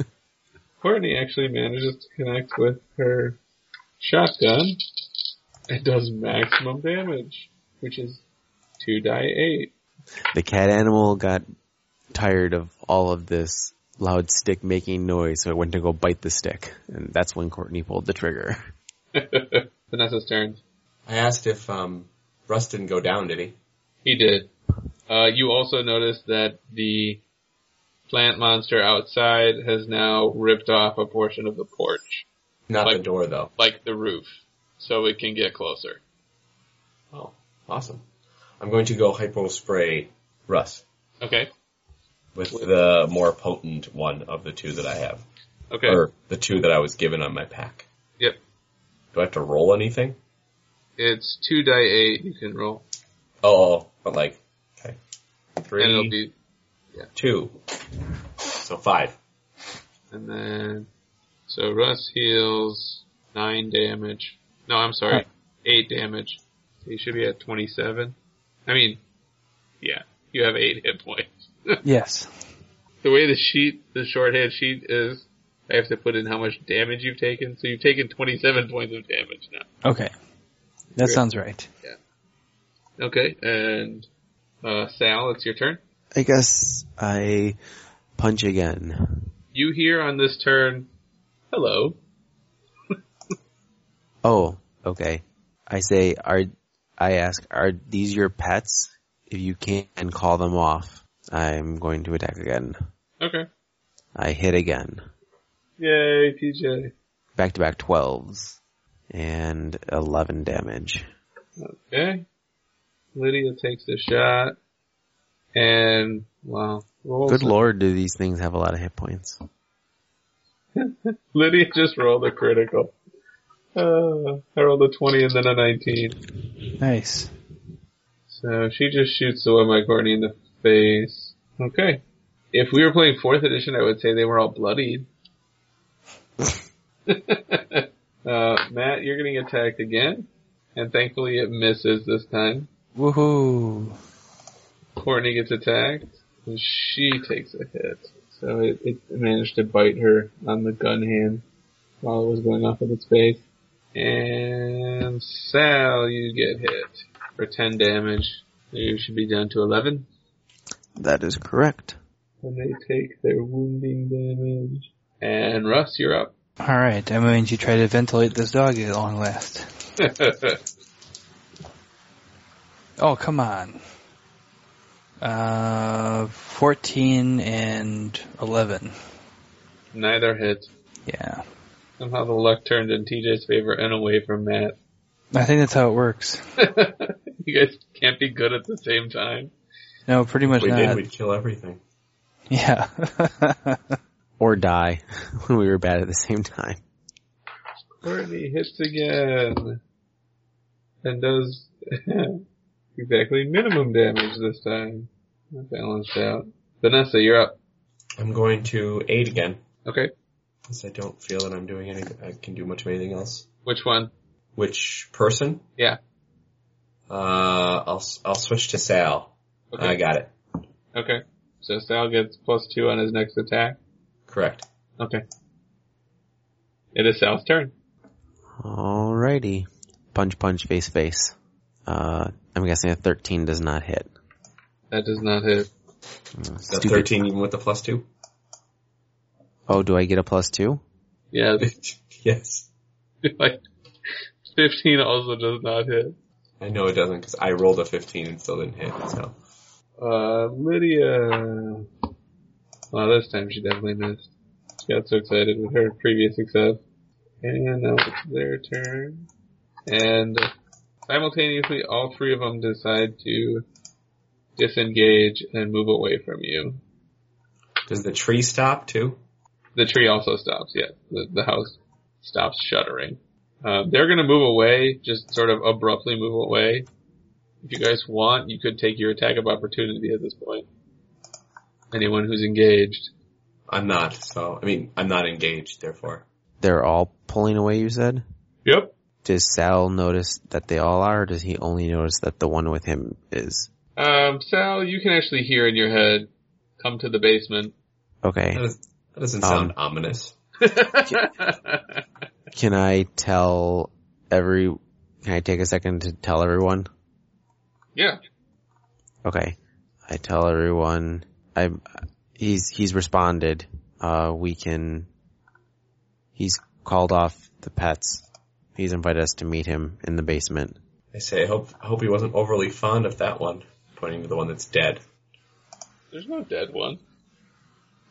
[SPEAKER 3] *laughs*
[SPEAKER 2] Courtney actually manages to connect with her shotgun. It does maximum damage, which is two die eight. *laughs*
[SPEAKER 3] the cat animal got tired of all of this loud stick making noise, so it went to go bite the stick. And that's when Courtney pulled the trigger.
[SPEAKER 2] Vanessa's turn.
[SPEAKER 5] I asked if um, Russ didn't go down, did he?
[SPEAKER 2] He did. Uh, you also notice that the plant monster outside has now ripped off a portion of the porch,
[SPEAKER 5] Not the
[SPEAKER 2] Like-
[SPEAKER 5] door though.
[SPEAKER 2] like the roof, so it can get closer.
[SPEAKER 5] Oh, awesome. I'm going to go hypo spray Russ
[SPEAKER 2] Okay.
[SPEAKER 5] with the more potent one of the two that I have,
[SPEAKER 2] Okay.
[SPEAKER 5] or the two that I was given on my pack.
[SPEAKER 2] Yep.
[SPEAKER 5] Do I have to roll anything?
[SPEAKER 2] It's two die eight. You can roll,
[SPEAKER 5] Oh, but like, okay,
[SPEAKER 2] and it'll
[SPEAKER 5] three,
[SPEAKER 2] be
[SPEAKER 5] two, so five.
[SPEAKER 2] And then, so Russ heals nine damage. No, I'm sorry, eight damage. He should be at 27. I mean, yeah, you have eight hit points. *laughs*
[SPEAKER 4] Yes.
[SPEAKER 2] The way the sheet, the shorthand sheet is, I have to put in how much damage you've taken. So you've taken 27 points of damage now.
[SPEAKER 4] Okay. That
[SPEAKER 2] Great.
[SPEAKER 4] sounds right.
[SPEAKER 2] Okay, and uh, Sal, it's your turn.
[SPEAKER 3] I guess I punch again.
[SPEAKER 2] You hear on this turn, hello.
[SPEAKER 3] Oh, okay. I say, are, I ask, are these your pets? If you can't call them off, I'm going to attack again.
[SPEAKER 2] Okay.
[SPEAKER 3] I hit again.
[SPEAKER 2] Yay, TJ.
[SPEAKER 3] Back to back 12s and 11 damage.
[SPEAKER 2] Okay. Lydia takes a shot. And, wow. Rolls
[SPEAKER 3] Good lord, do these things have a lot of hit points?
[SPEAKER 2] Lydia just rolled a critical. Uh, I rolled a 20 and then a 19.
[SPEAKER 4] Nice.
[SPEAKER 2] So she just shoots the one by Courtney in the face. Okay. If we were playing 4th edition, I would say they were
[SPEAKER 3] *laughs*
[SPEAKER 2] all bloodied. *laughs* uh, Matt, you're getting attacked again. And thankfully it misses this time.
[SPEAKER 4] Woohoo.
[SPEAKER 2] Courtney gets attacked, and she takes a hit. So it, it managed to bite her on the gun hand while it was going off of its face. And Sal, you get hit for 10 damage. You should be down to 11.
[SPEAKER 3] That is correct.
[SPEAKER 2] And they take their wounding damage. And Russ, you're up. *laughs*
[SPEAKER 4] Alright, I mean, you try to ventilate this dog at long last. Oh, come on. Uh, 14 and 11.
[SPEAKER 2] Neither hit.
[SPEAKER 4] Yeah.
[SPEAKER 2] Somehow the luck turned in TJ's favor and away from Matt. *laughs*
[SPEAKER 4] I think that's how it works.
[SPEAKER 2] you guys can't be good at the same time.
[SPEAKER 4] No, pretty much
[SPEAKER 5] If we
[SPEAKER 4] not.
[SPEAKER 5] did, we'd kill everything.
[SPEAKER 4] *laughs* Yeah. *laughs*
[SPEAKER 3] Or die *laughs* when we were bad at the same time.
[SPEAKER 2] Courtney hits again. And does *laughs* exactly minimum damage this time. That balanced out. Vanessa, you're up.
[SPEAKER 5] I'm going to eight again.
[SPEAKER 2] Okay.
[SPEAKER 5] Since I don't feel that I'm doing any, I can do much of anything else.
[SPEAKER 2] Which one?
[SPEAKER 5] Which person?
[SPEAKER 2] Yeah.
[SPEAKER 5] Uh, I'll s- I'll switch to Sal.
[SPEAKER 2] Okay.
[SPEAKER 5] I got it.
[SPEAKER 2] Okay. So Sal gets plus two on his next attack.
[SPEAKER 5] Correct.
[SPEAKER 2] Okay. It is Sal's turn.
[SPEAKER 3] Alrighty. Punch, punch, face, face. Uh, I'm guessing a 13 does not hit.
[SPEAKER 2] That does not hit.
[SPEAKER 5] Is that
[SPEAKER 3] Stupid.
[SPEAKER 5] thirteen even with the plus two? *laughs*
[SPEAKER 3] Oh, do I get a plus two?
[SPEAKER 2] Yeah,
[SPEAKER 5] yes.
[SPEAKER 2] *laughs* like fifteen also does not hit.
[SPEAKER 5] I know it doesn't because I rolled a fifteen and still didn't hit. So
[SPEAKER 2] Uh, Lydia. Well, this time she definitely missed. She got so excited with her previous success. And now it's their turn. And simultaneously, all three of them decide to disengage and move away from you.
[SPEAKER 5] does the tree stop too?
[SPEAKER 2] The tree also stops, yes. The, the house stops shuddering. Uh, they're gonna move away, just sort of abruptly move away. If you guys want, you could take your attack of opportunity at this point. Anyone who's engaged.
[SPEAKER 5] I'm not. So I mean, I'm not engaged. Therefore,
[SPEAKER 3] They're all pulling away, you said?
[SPEAKER 2] Yep.
[SPEAKER 3] Does Sal notice that they all are, or does he only notice that the one with him is?
[SPEAKER 2] Um, Sal, you can actually hear in your head, come to the basement. *laughs*
[SPEAKER 3] Okay.
[SPEAKER 5] that, is, that doesn't
[SPEAKER 3] Um,
[SPEAKER 5] sound ominous.
[SPEAKER 3] Can I tell every, can I take a second to tell everyone?
[SPEAKER 2] yeah.
[SPEAKER 3] Okay. I tell everyone, I, he's, he's responded. Uh, we can, he's called off the pets. He's invited us to meet him in the basement.
[SPEAKER 5] I say, I hope I hope he wasn't overly fond of that one. Pointing to the one that's dead.
[SPEAKER 2] There's no dead one.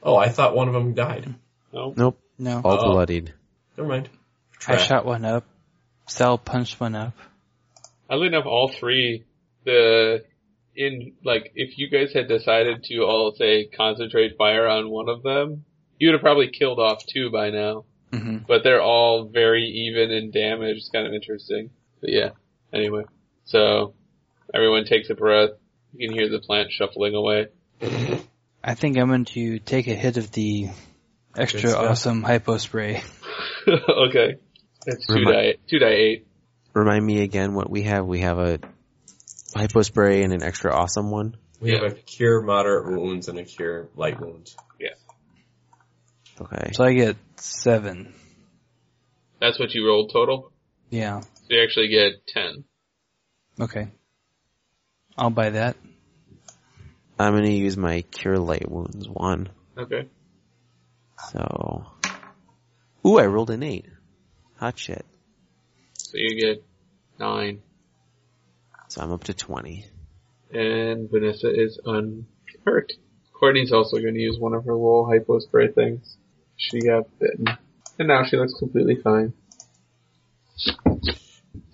[SPEAKER 5] Oh, I thought one of them died.
[SPEAKER 2] No.
[SPEAKER 3] Nope.
[SPEAKER 4] No.
[SPEAKER 3] All
[SPEAKER 5] Oh.
[SPEAKER 3] bloodied.
[SPEAKER 5] Never mind.
[SPEAKER 4] I shot one up. Sal punched one up.
[SPEAKER 2] Oddly enough, all three, the, in, like, if you guys had decided to all say concentrate fire on one of them, you would have probably killed off two by now.
[SPEAKER 5] Mm-hmm.
[SPEAKER 4] Mhm.
[SPEAKER 2] But they're all very even in damage. It's kind of interesting. But yeah, anyway. So, everyone takes a breath. You can hear the plant shuffling away. *laughs*
[SPEAKER 4] I think I'm going to take a hit of the extra
[SPEAKER 5] Good stuff.
[SPEAKER 4] awesome hypo spray.
[SPEAKER 2] okay. That's two
[SPEAKER 3] Remi-
[SPEAKER 2] die, two die eight.
[SPEAKER 3] Remind me again what we have. We have a hypo spray and an extra awesome one.
[SPEAKER 5] We have a cure moderate wounds and a cure light wounds.
[SPEAKER 3] Okay.
[SPEAKER 4] So I get seven.
[SPEAKER 2] That's what you rolled total.
[SPEAKER 4] Yeah.
[SPEAKER 2] So you actually get ten.
[SPEAKER 4] Okay. I'll buy that.
[SPEAKER 3] I'm gonna use my cure light wounds one.
[SPEAKER 2] Okay.
[SPEAKER 3] So, ooh, I rolled an eight. Hot shit.
[SPEAKER 2] So you get nine.
[SPEAKER 3] So I'm up to 20.
[SPEAKER 2] And Vanessa is unhurt. Courtney's also going to use one of her little hypo spray things. She got bitten. And now she looks completely fine.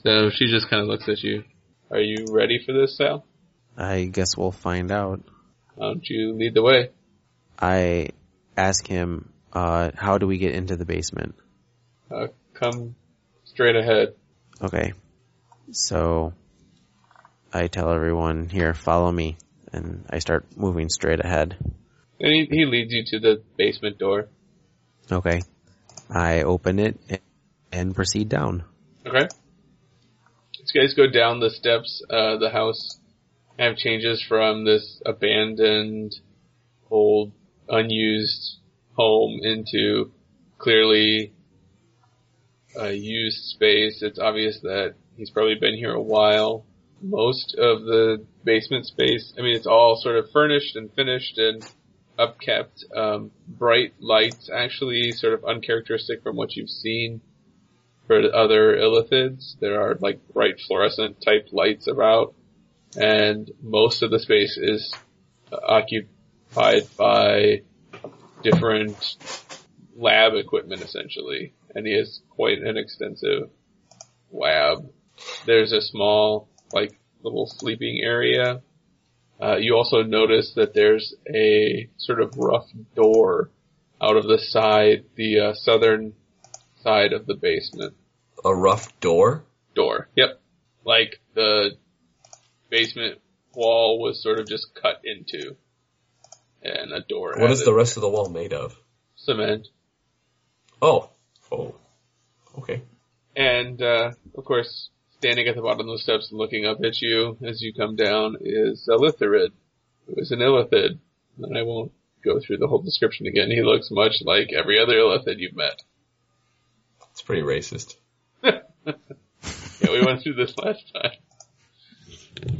[SPEAKER 2] So she just kind of looks at you. Are you ready for this, Sal?
[SPEAKER 3] I guess we'll find out.
[SPEAKER 2] Why don't you lead the way?
[SPEAKER 3] I ask him, uh, how do we get into the basement?
[SPEAKER 2] Uh, come straight ahead.
[SPEAKER 3] Okay. So, I tell everyone here, follow me, and I start moving straight ahead.
[SPEAKER 2] And he, he leads you to the basement door.
[SPEAKER 3] Okay. I open it and proceed down.
[SPEAKER 2] Okay. These guys go down the steps. Uh, the house kind of changes from this abandoned, old, unused home into clearly a used space. It's obvious that he's probably been here a while. Most of the basement space, I mean, it's all sort of furnished and finished and upkept. Um, bright lights, actually, sort of uncharacteristic from what you've seen for the other illithids. There are like bright fluorescent type lights about, and most of the space is occupied by different lab equipment essentially, and he has quite an extensive lab. There's a small like little sleeping area. Uh, you also notice that there's a sort of rough door out of the side, the uh, southern side of the basement
[SPEAKER 5] A rough door?
[SPEAKER 2] door. Yep. Like the basement wall was sort of just cut into and a door.
[SPEAKER 5] What
[SPEAKER 2] had
[SPEAKER 5] is
[SPEAKER 2] it.
[SPEAKER 5] the rest of the wall made of?
[SPEAKER 2] cement?
[SPEAKER 5] Oh. Oh. Okay.
[SPEAKER 2] And uh, of course, standing at the bottom of the steps and looking up at you as you come down is Elithrid, who is an Illithid. And I won't go through the whole description again. He looks much like every other Illithid you've met.
[SPEAKER 5] It's pretty racist.
[SPEAKER 2] Yeah, we went through this *laughs* last time.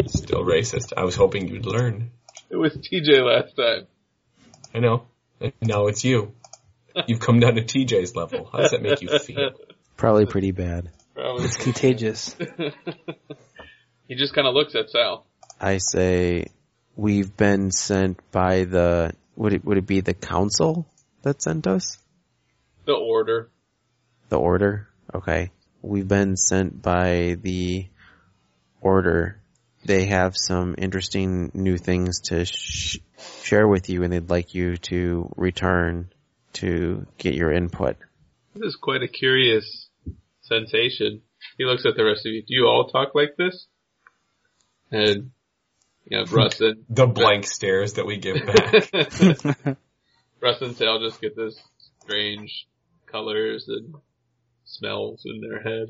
[SPEAKER 5] Still racist. I was hoping you'd learn.
[SPEAKER 2] It was TJ last time.
[SPEAKER 5] I know. And now it's you. *laughs* You've come down to TJ's level. How does that make you feel?
[SPEAKER 3] Probably pretty bad.
[SPEAKER 2] Probably.
[SPEAKER 4] It's contagious.
[SPEAKER 2] he just kind of looks at Sal.
[SPEAKER 3] I say we've been sent by the would it would it be the council that sent us?
[SPEAKER 2] The order.
[SPEAKER 3] The order? Okay. We've been sent by the order. They have some interesting new things to sh- share with you and they'd like you to return to get your input.
[SPEAKER 2] This is quite a curious sensation. He looks at the rest of you. Do you all talk like this? And you know,
[SPEAKER 3] *laughs*
[SPEAKER 2] Russ and
[SPEAKER 5] *laughs* The blank stares that we give back.
[SPEAKER 2] Russ and Sal just get this strange colors and smells in their head.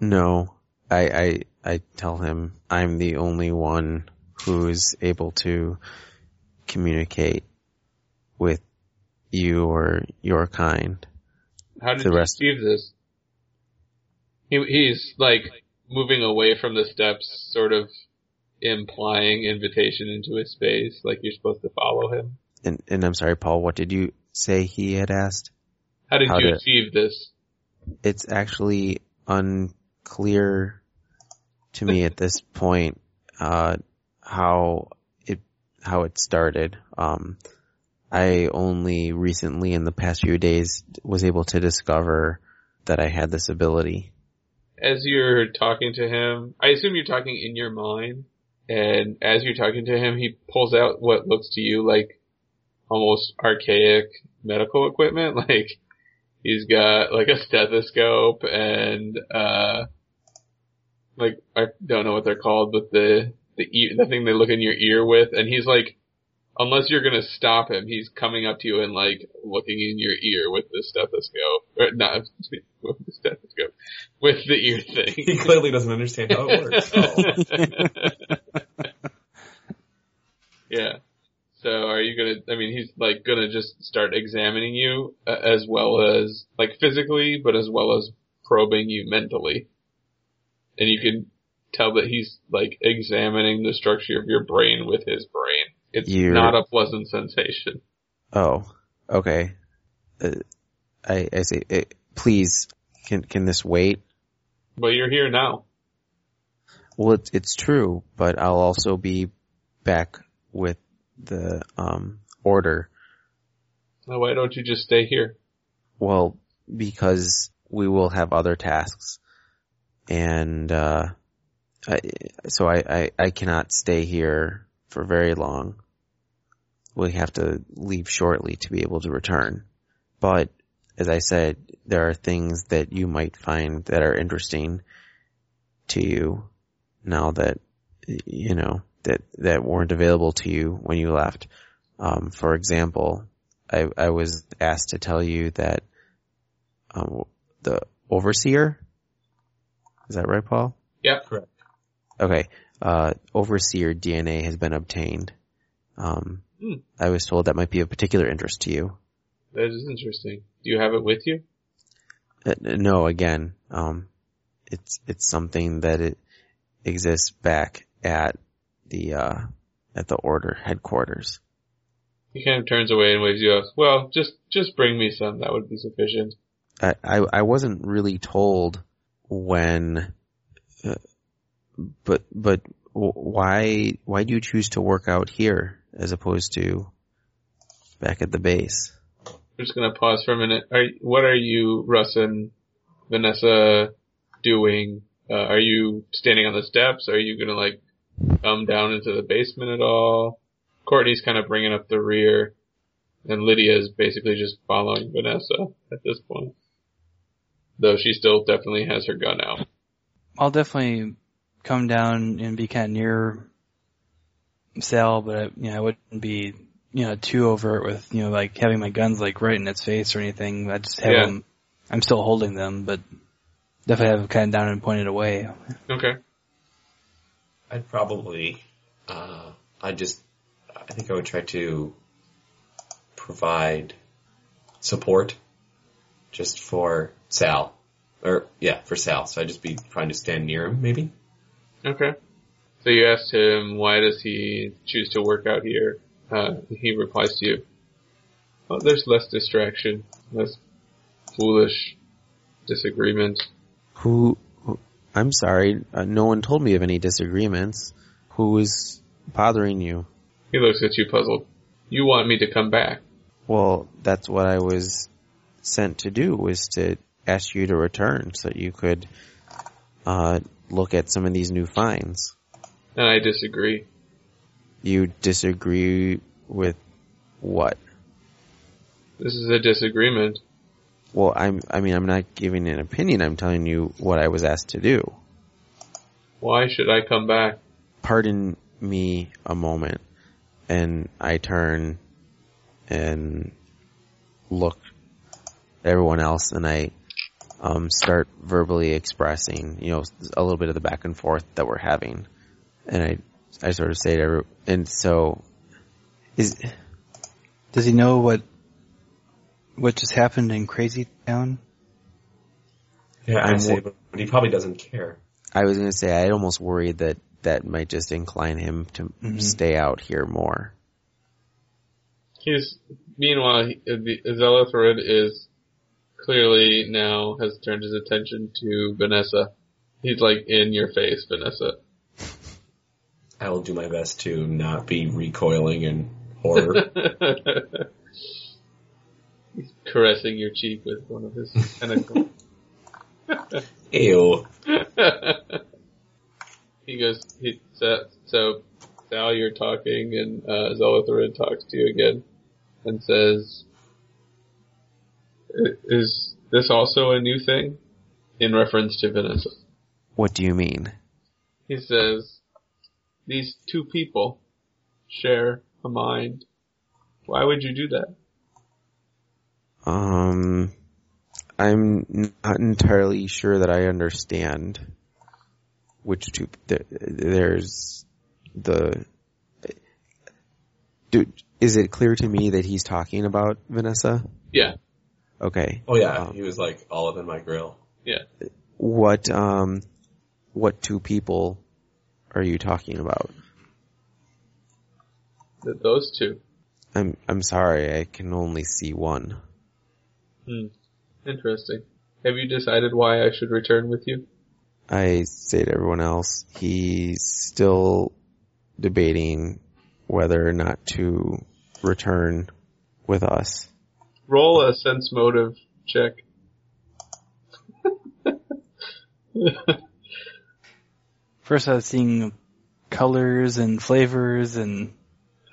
[SPEAKER 3] No. I, I, I tell him I'm the only one who's able to communicate with you or your kind.
[SPEAKER 2] How did
[SPEAKER 3] The
[SPEAKER 2] you
[SPEAKER 3] rest-
[SPEAKER 2] achieve this? He, he's like moving away from the steps, sort of implying invitation into his space, like you're supposed to follow him.
[SPEAKER 3] And, and I'm sorry, Paul, what did you say he had asked?
[SPEAKER 2] How did
[SPEAKER 3] How
[SPEAKER 2] you
[SPEAKER 3] did-
[SPEAKER 2] achieve this?
[SPEAKER 3] It's actually unclear to me at this point, uh, how it, how it started. Um, I only recently in the past few days was able to discover that I had this ability.
[SPEAKER 2] as you're talking to him, I assume you're talking in your mind, and as you're talking to him, he pulls out what looks to you like almost archaic medical equipment. *laughs* Like he's got like a stethoscope and uh like I don't know what they're called, but the the ear, the thing they look in your ear with, and he's like. Unless you're gonna stop him, he's coming up to you and like looking in your ear with the stethoscope, or not *laughs* with the stethoscope, with the ear thing.
[SPEAKER 5] *laughs* *laughs* he clearly doesn't understand how it works. *laughs* Oh.
[SPEAKER 2] *laughs* yeah. So are you gonna? I mean, he's like gonna just start examining you uh, as well as like physically, but as well as probing you mentally. And you can tell that he's like examining the structure of your brain with his brain. It's
[SPEAKER 3] You're-
[SPEAKER 2] not a pleasant sensation.
[SPEAKER 3] Oh, okay. Uh, I, I say, uh, please, can, can this wait?
[SPEAKER 2] But you're here now.
[SPEAKER 3] Well, it's, it's true, but I'll also be back with the, um, order.
[SPEAKER 2] Now why don't you just stay here?
[SPEAKER 3] Well, because we will have other tasks. And, uh, I, so I, I, I cannot stay here for very long. We have to leave shortly to be able to return. But, as I said, there are things that you might find that are interesting to you now that, you know, that, that weren't available to you when you left. Um, for example, I, I was asked to tell you that um, the overseer is that right, Paul?
[SPEAKER 2] Yep.
[SPEAKER 5] Correct.
[SPEAKER 3] Okay, uh, overseer DNA has been obtained. Um,
[SPEAKER 2] Hmm.
[SPEAKER 3] I was told that might be of particular interest to you.
[SPEAKER 2] That is interesting. Do you have it with you?
[SPEAKER 3] Uh, no, again, um, it's it's something that it exists back at the uh, at the order headquarters.
[SPEAKER 2] He kind of turns away and waves you off. Well, just just bring me some. That would be sufficient.
[SPEAKER 3] I, I I wasn't really told when, uh, but but w- why why do you choose to work out here as opposed to back at the base?
[SPEAKER 2] We're just gonna pause for a minute. Are what are you, Russ and Vanessa, doing? Uh, are you standing on the steps? Are you gonna like come down into the basement at all? Courtney's kind of bringing up the rear, and Lydia is basically just following Vanessa at this point. Though she still definitely has her gun out.
[SPEAKER 4] *laughs* I'll definitely come down and be kind of near Sal, but I, you know, I wouldn't be you know too overt with you know like having my guns like right in its face or anything. I just have
[SPEAKER 2] Yeah.
[SPEAKER 4] them I'm still holding them, but definitely have them kind of down and pointed away.
[SPEAKER 2] Okay.
[SPEAKER 5] I'd probably, uh, I just, I think I would try to provide support just for Sal. Or, yeah, for Sal. So I'd just be trying to stand near him, maybe?
[SPEAKER 2] Okay. So you asked him why does he choose to work out here? Uh, he replies to you, "Well, there's less distraction, less foolish disagreement."
[SPEAKER 3] Who? who- I'm sorry. Uh, no one told me of any disagreements. Who is bothering you?
[SPEAKER 2] He looks at you puzzled. You want me to come back?
[SPEAKER 3] Well, that's what I was sent to do was to ask you to return so that you could uh, look at some of these new finds.
[SPEAKER 2] And I disagree.
[SPEAKER 3] You disagree with what?
[SPEAKER 2] This is a disagreement.
[SPEAKER 3] Well, I'm. I mean, I'm not giving an opinion. I'm telling you what I was asked to do.
[SPEAKER 2] Why should I come back?
[SPEAKER 3] pardon me a moment and I turn and look at everyone else and I um, start verbally expressing, you know, a little bit of the back and forth that we're having. And I, I sort of say to every, and so is,
[SPEAKER 4] Does he know what what just happened in Crazy Town?
[SPEAKER 5] Yeah, I
[SPEAKER 3] I'm
[SPEAKER 5] say,
[SPEAKER 3] wo-
[SPEAKER 5] but but he probably doesn't care.
[SPEAKER 3] I was going to say, I almost worried that that might just incline him to
[SPEAKER 4] Mhm.
[SPEAKER 3] stay out here more.
[SPEAKER 2] He's meanwhile he- the Zelothrid is clearly now has turned his attention to Vanessa. He's like in your face, Vanessa.
[SPEAKER 5] I will do my best to not be recoiling in *laughs* horror.
[SPEAKER 2] *laughs* He's caressing your cheek with one of his tentacles. *laughs*
[SPEAKER 5] Ew.
[SPEAKER 2] he goes, he, so, so now you're talking and uh, Zelothrid talks to you again and says, "I- is this also a new thing? In reference to Vanessa.
[SPEAKER 3] What do you mean?
[SPEAKER 2] He says, these two people share a mind. Why would you do that?
[SPEAKER 3] Um, I'm not entirely sure that I understand which two. There, there's the. Dude, is it clear to me that he's talking about Vanessa?
[SPEAKER 2] Yeah,
[SPEAKER 3] Okay.
[SPEAKER 5] Oh yeah, he was like all up in my grill.
[SPEAKER 2] yeah.
[SPEAKER 3] What um, what two people are you talking about?
[SPEAKER 2] Th- Those two.
[SPEAKER 3] I'm I'm sorry, I can only see one.
[SPEAKER 2] Hmm. Interesting. Have you decided why I should return with you?
[SPEAKER 3] I say to everyone else, he's still debating whether or not to return with us.
[SPEAKER 2] Roll a sense motive check. *laughs*
[SPEAKER 4] First, I was seeing colors and flavors, and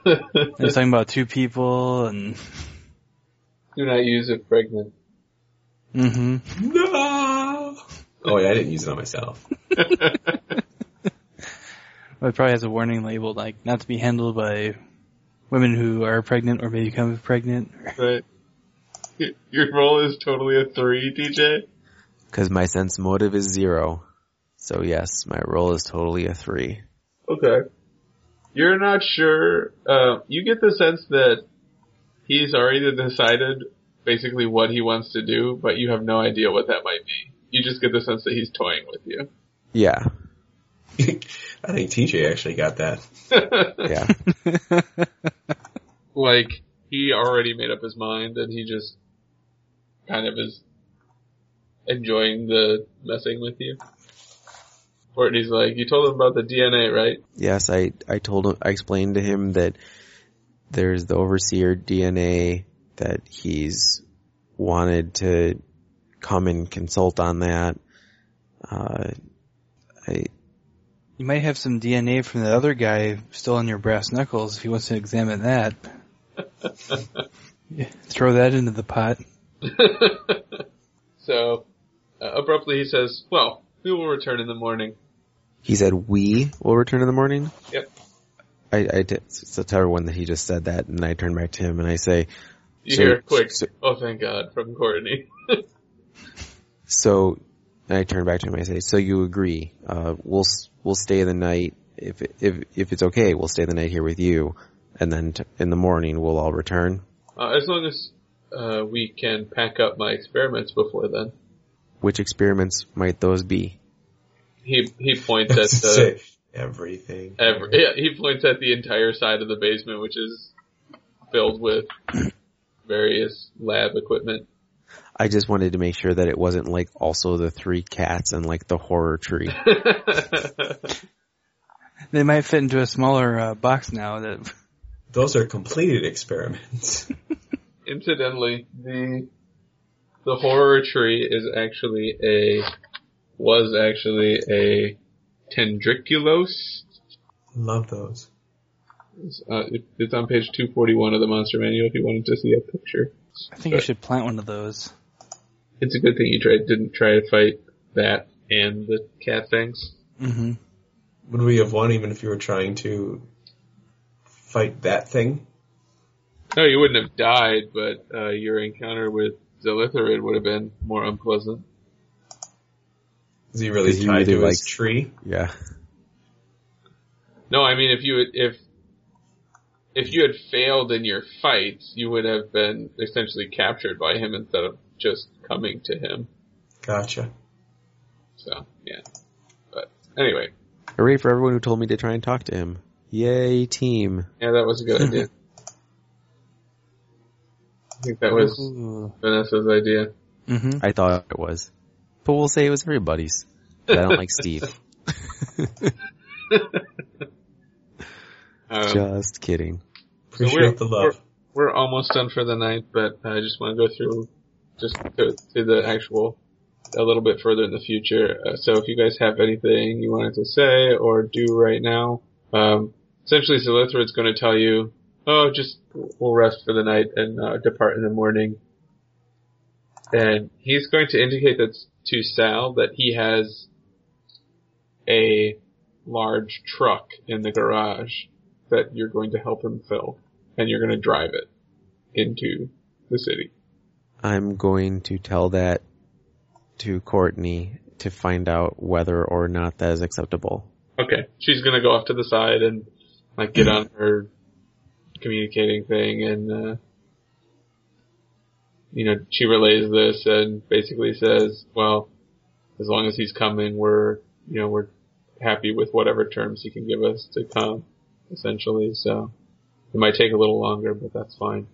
[SPEAKER 4] they're talking about two people, and
[SPEAKER 2] Do not use if pregnant.
[SPEAKER 4] hmm
[SPEAKER 5] No. Oh yeah, I didn't use it on myself. *laughs*
[SPEAKER 4] it probably has a warning label like not to be handled by women who are pregnant or may become pregnant.
[SPEAKER 2] Right. Y- Your roll is totally a three, DJ.
[SPEAKER 3] Cause my sense motive is zero. So yes, my roll is totally a three.
[SPEAKER 2] Okay. You're not sure. Uh, you get the sense that he's already decided basically what he wants to do, but you have no idea what that might be. You just get the sense that he's toying with you.
[SPEAKER 3] *laughs* Yeah,
[SPEAKER 5] I think TJ actually got that.
[SPEAKER 3] yeah.
[SPEAKER 2] like he already made up his mind and he just kind of is enjoying the messing with you. Courtney's like, you told him about the DNA, right? *laughs*
[SPEAKER 3] yes, I, I told him, I explained to him that there's the overseer DNA that he's wanted to come and consult on that. Uh, I,
[SPEAKER 4] You might have some DNA from the other guy still on your brass knuckles if he wants to examine that. Yeah, Throw that into the pot.
[SPEAKER 2] So uh, abruptly he says, well, we will return in the morning.
[SPEAKER 3] He said, "We will return in the morning."
[SPEAKER 2] Yep.
[SPEAKER 3] I, I did, so tell everyone that he just said that, and I turn back to him and I say,
[SPEAKER 2] You
[SPEAKER 3] So-
[SPEAKER 2] hear a quick,
[SPEAKER 3] so-
[SPEAKER 2] oh thank God, from Courtney.
[SPEAKER 3] So and I turn back to him. I say, "So you agree? Uh, we'll s- we'll stay the night if if if it's okay. We'll stay the night here with you, and then t- in the morning we'll all return."
[SPEAKER 2] Uh, as long as uh, we can pack up my experiments before then.
[SPEAKER 3] Which experiments might those be?
[SPEAKER 2] He he *laughs*
[SPEAKER 5] *laughs*
[SPEAKER 2] points at the
[SPEAKER 5] Say everything.
[SPEAKER 2] every, *laughs* yeah, he points at the entire side of the basement, which is filled with various lab equipment. *laughs*
[SPEAKER 3] I just wanted to make sure that it wasn't like also the three cats and like the horror tree.
[SPEAKER 4] They might fit into a smaller uh, box now. That
[SPEAKER 5] Those are completed experiments. *laughs*
[SPEAKER 2] Incidentally, the the horror tree is actually a was actually a tendriculose.
[SPEAKER 5] Love those.
[SPEAKER 2] Uh, it, it's on page 241 of the monster manual. If you wanted to see a picture,
[SPEAKER 4] I think you should plant one of those.
[SPEAKER 2] it's a good thing you tried didn't try to fight that and the cat things.
[SPEAKER 4] hmm
[SPEAKER 5] Would we have won even if you were trying to fight that thing?
[SPEAKER 2] *laughs* No, you wouldn't have died, but uh, your encounter with Zilitharid would have been more unpleasant.
[SPEAKER 5] Is he really
[SPEAKER 3] Is he
[SPEAKER 5] tied
[SPEAKER 3] really
[SPEAKER 5] to his
[SPEAKER 3] like-
[SPEAKER 5] tree?
[SPEAKER 3] yeah.
[SPEAKER 2] No, I mean if you had- if if you had failed in your fights, you would have been essentially captured by him instead of just coming to him.
[SPEAKER 5] Gotcha.
[SPEAKER 2] So yeah. But anyway,
[SPEAKER 3] Hooray for everyone who told me to try and talk to him. Yay, team.
[SPEAKER 2] yeah, that was a good idea. I think that was Vanessa's idea.
[SPEAKER 4] Mm-hmm.
[SPEAKER 3] I thought it was. But we'll say it was everybody's. But I don't like Steve.
[SPEAKER 2] Um,
[SPEAKER 3] Just kidding.
[SPEAKER 5] Appreciate the love.
[SPEAKER 2] we're almost done for the night, but I just want to go through just to, to the actual a little bit further in the future. Uh, so if you guys have anything you wanted to say or do right now, um, essentially Zalithrid's going to tell you, oh, just we'll rest for the night and uh, depart in the morning. And he's going to indicate that to Sal that he has a large truck in the garage that you're going to help him fill and you're going to drive it into the city.
[SPEAKER 3] I'm going to tell that to Courtney to find out whether or not that is acceptable.
[SPEAKER 2] Okay. She's going to go off to the side and like get on her communicating thing and, uh, you know, she relays this and basically says, well, as long as he's coming, we're, you know, we're happy with whatever terms he can give us to come, essentially. So it might take a little longer, but that's fine.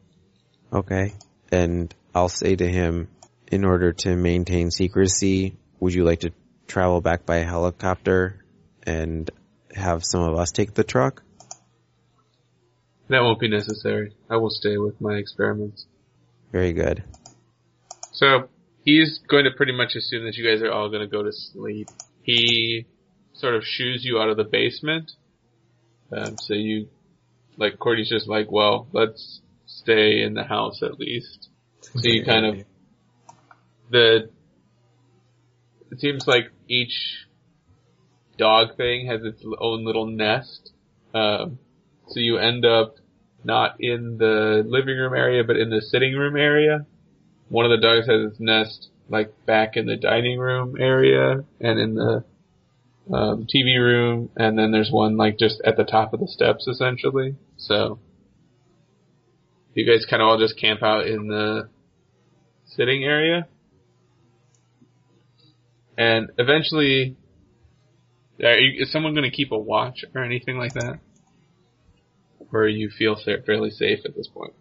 [SPEAKER 3] Okay. And I'll say to him, in order to maintain secrecy, would you like to travel back by helicopter and have some of us take the truck?
[SPEAKER 2] That won't be necessary. I will stay with my experiments.
[SPEAKER 3] Very good.
[SPEAKER 2] So he's going to pretty much assume that you guys are all going to go to sleep. He sort of shoos you out of the basement. Um, so you, like, Courtney's just like, well, let's stay in the house at least. So you kind of, the, it seems like each dog thing has its own little nest. Um, so you end up not in the living room area, but in the sitting room area one of the dogs has its nest like back in the dining room area and in the um, TV room, and then there's one like just at the top of the steps essentially. So you guys kind of all just camp out in the sitting area, and eventually, are you, is someone going to keep a watch or anything like that? Or you feel fa- fairly safe at this point?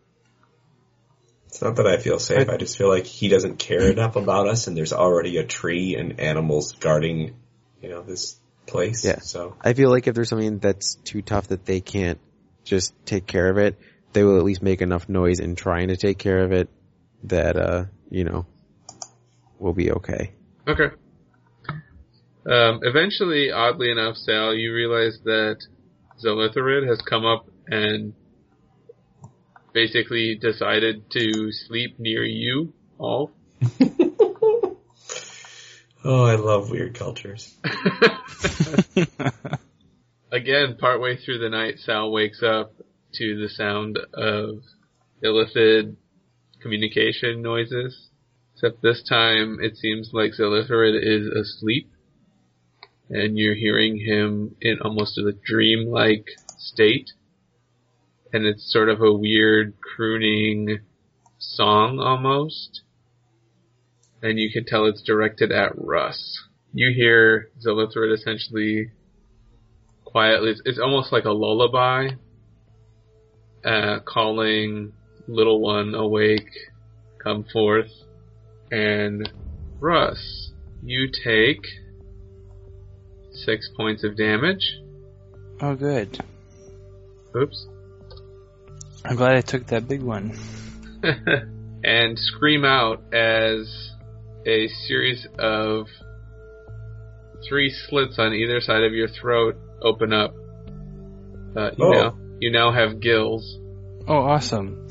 [SPEAKER 5] It's not that I feel safe. I just feel like he doesn't care enough about us, and there's already a tree and animals guarding, you know, this place.
[SPEAKER 3] Yeah.
[SPEAKER 5] So
[SPEAKER 3] I feel like if there's something that's too tough that they can't just take care of it, they will at least make enough noise in trying to take care of it that, uh, you know, we'll be okay.
[SPEAKER 2] Okay. Um, eventually, oddly enough, Sal, you realize that Zolitharid has come up and basically decided to sleep near you all.
[SPEAKER 5] Oh, I love weird cultures.
[SPEAKER 2] *laughs* Again, partway through the night, Sal wakes up to the sound of illicit communication noises. Except this time, it seems like Zilitharid is asleep, and you're hearing him in almost a dream-like state, and it's sort of a weird crooning song almost, and you can tell it's directed at Russ. You hear Zilitharid essentially quietly, it's, it's almost like a lullaby, uh, calling little one awake, come forth, and Russ, you take six points of damage.
[SPEAKER 4] Oh, good.
[SPEAKER 2] Oops.
[SPEAKER 4] I'm glad I took that big one.
[SPEAKER 2] *laughs* and scream out as a series of three slits on either side of your throat open up. Uh, you,
[SPEAKER 5] Oh.
[SPEAKER 2] now, you now have gills
[SPEAKER 4] Oh, awesome.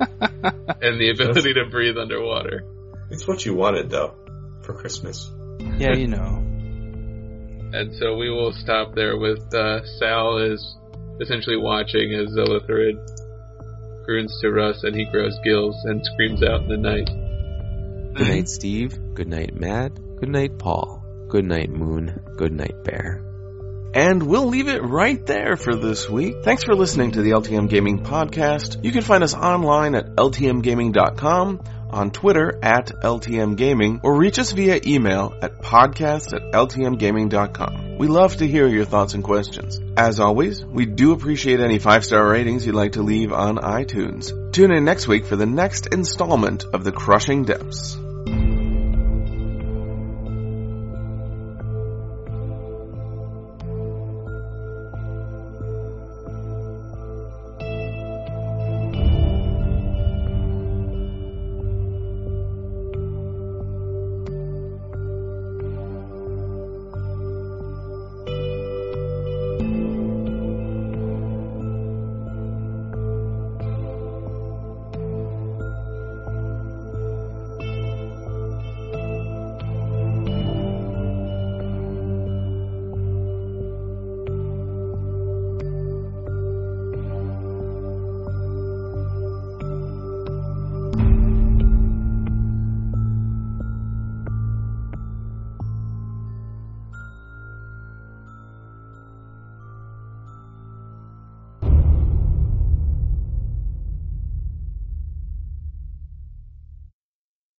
[SPEAKER 2] and the ability to breathe underwater.
[SPEAKER 5] It's what you wanted though for Christmas.
[SPEAKER 4] Yeah, you know.
[SPEAKER 2] And so we will stop there with uh, Sal is essentially watching as Zilithrid croons to Russ and he grows gills and screams out in the night.
[SPEAKER 3] Good night, Steve. Good night, Matt. Good night, Paul. Good night, Moon. Good night, Bear.
[SPEAKER 1] And we'll leave it right there for this week. Thanks for listening to the LTM Gaming Podcast. You can find us online at ltmgaming.com, on Twitter at ltmgaming, or reach us via email at podcast at ltmgaming.com. We love to hear your thoughts and questions. As always, we do appreciate any five-star ratings you'd like to leave on iTunes. Tune in next week for the next installment of The Crushing Depths.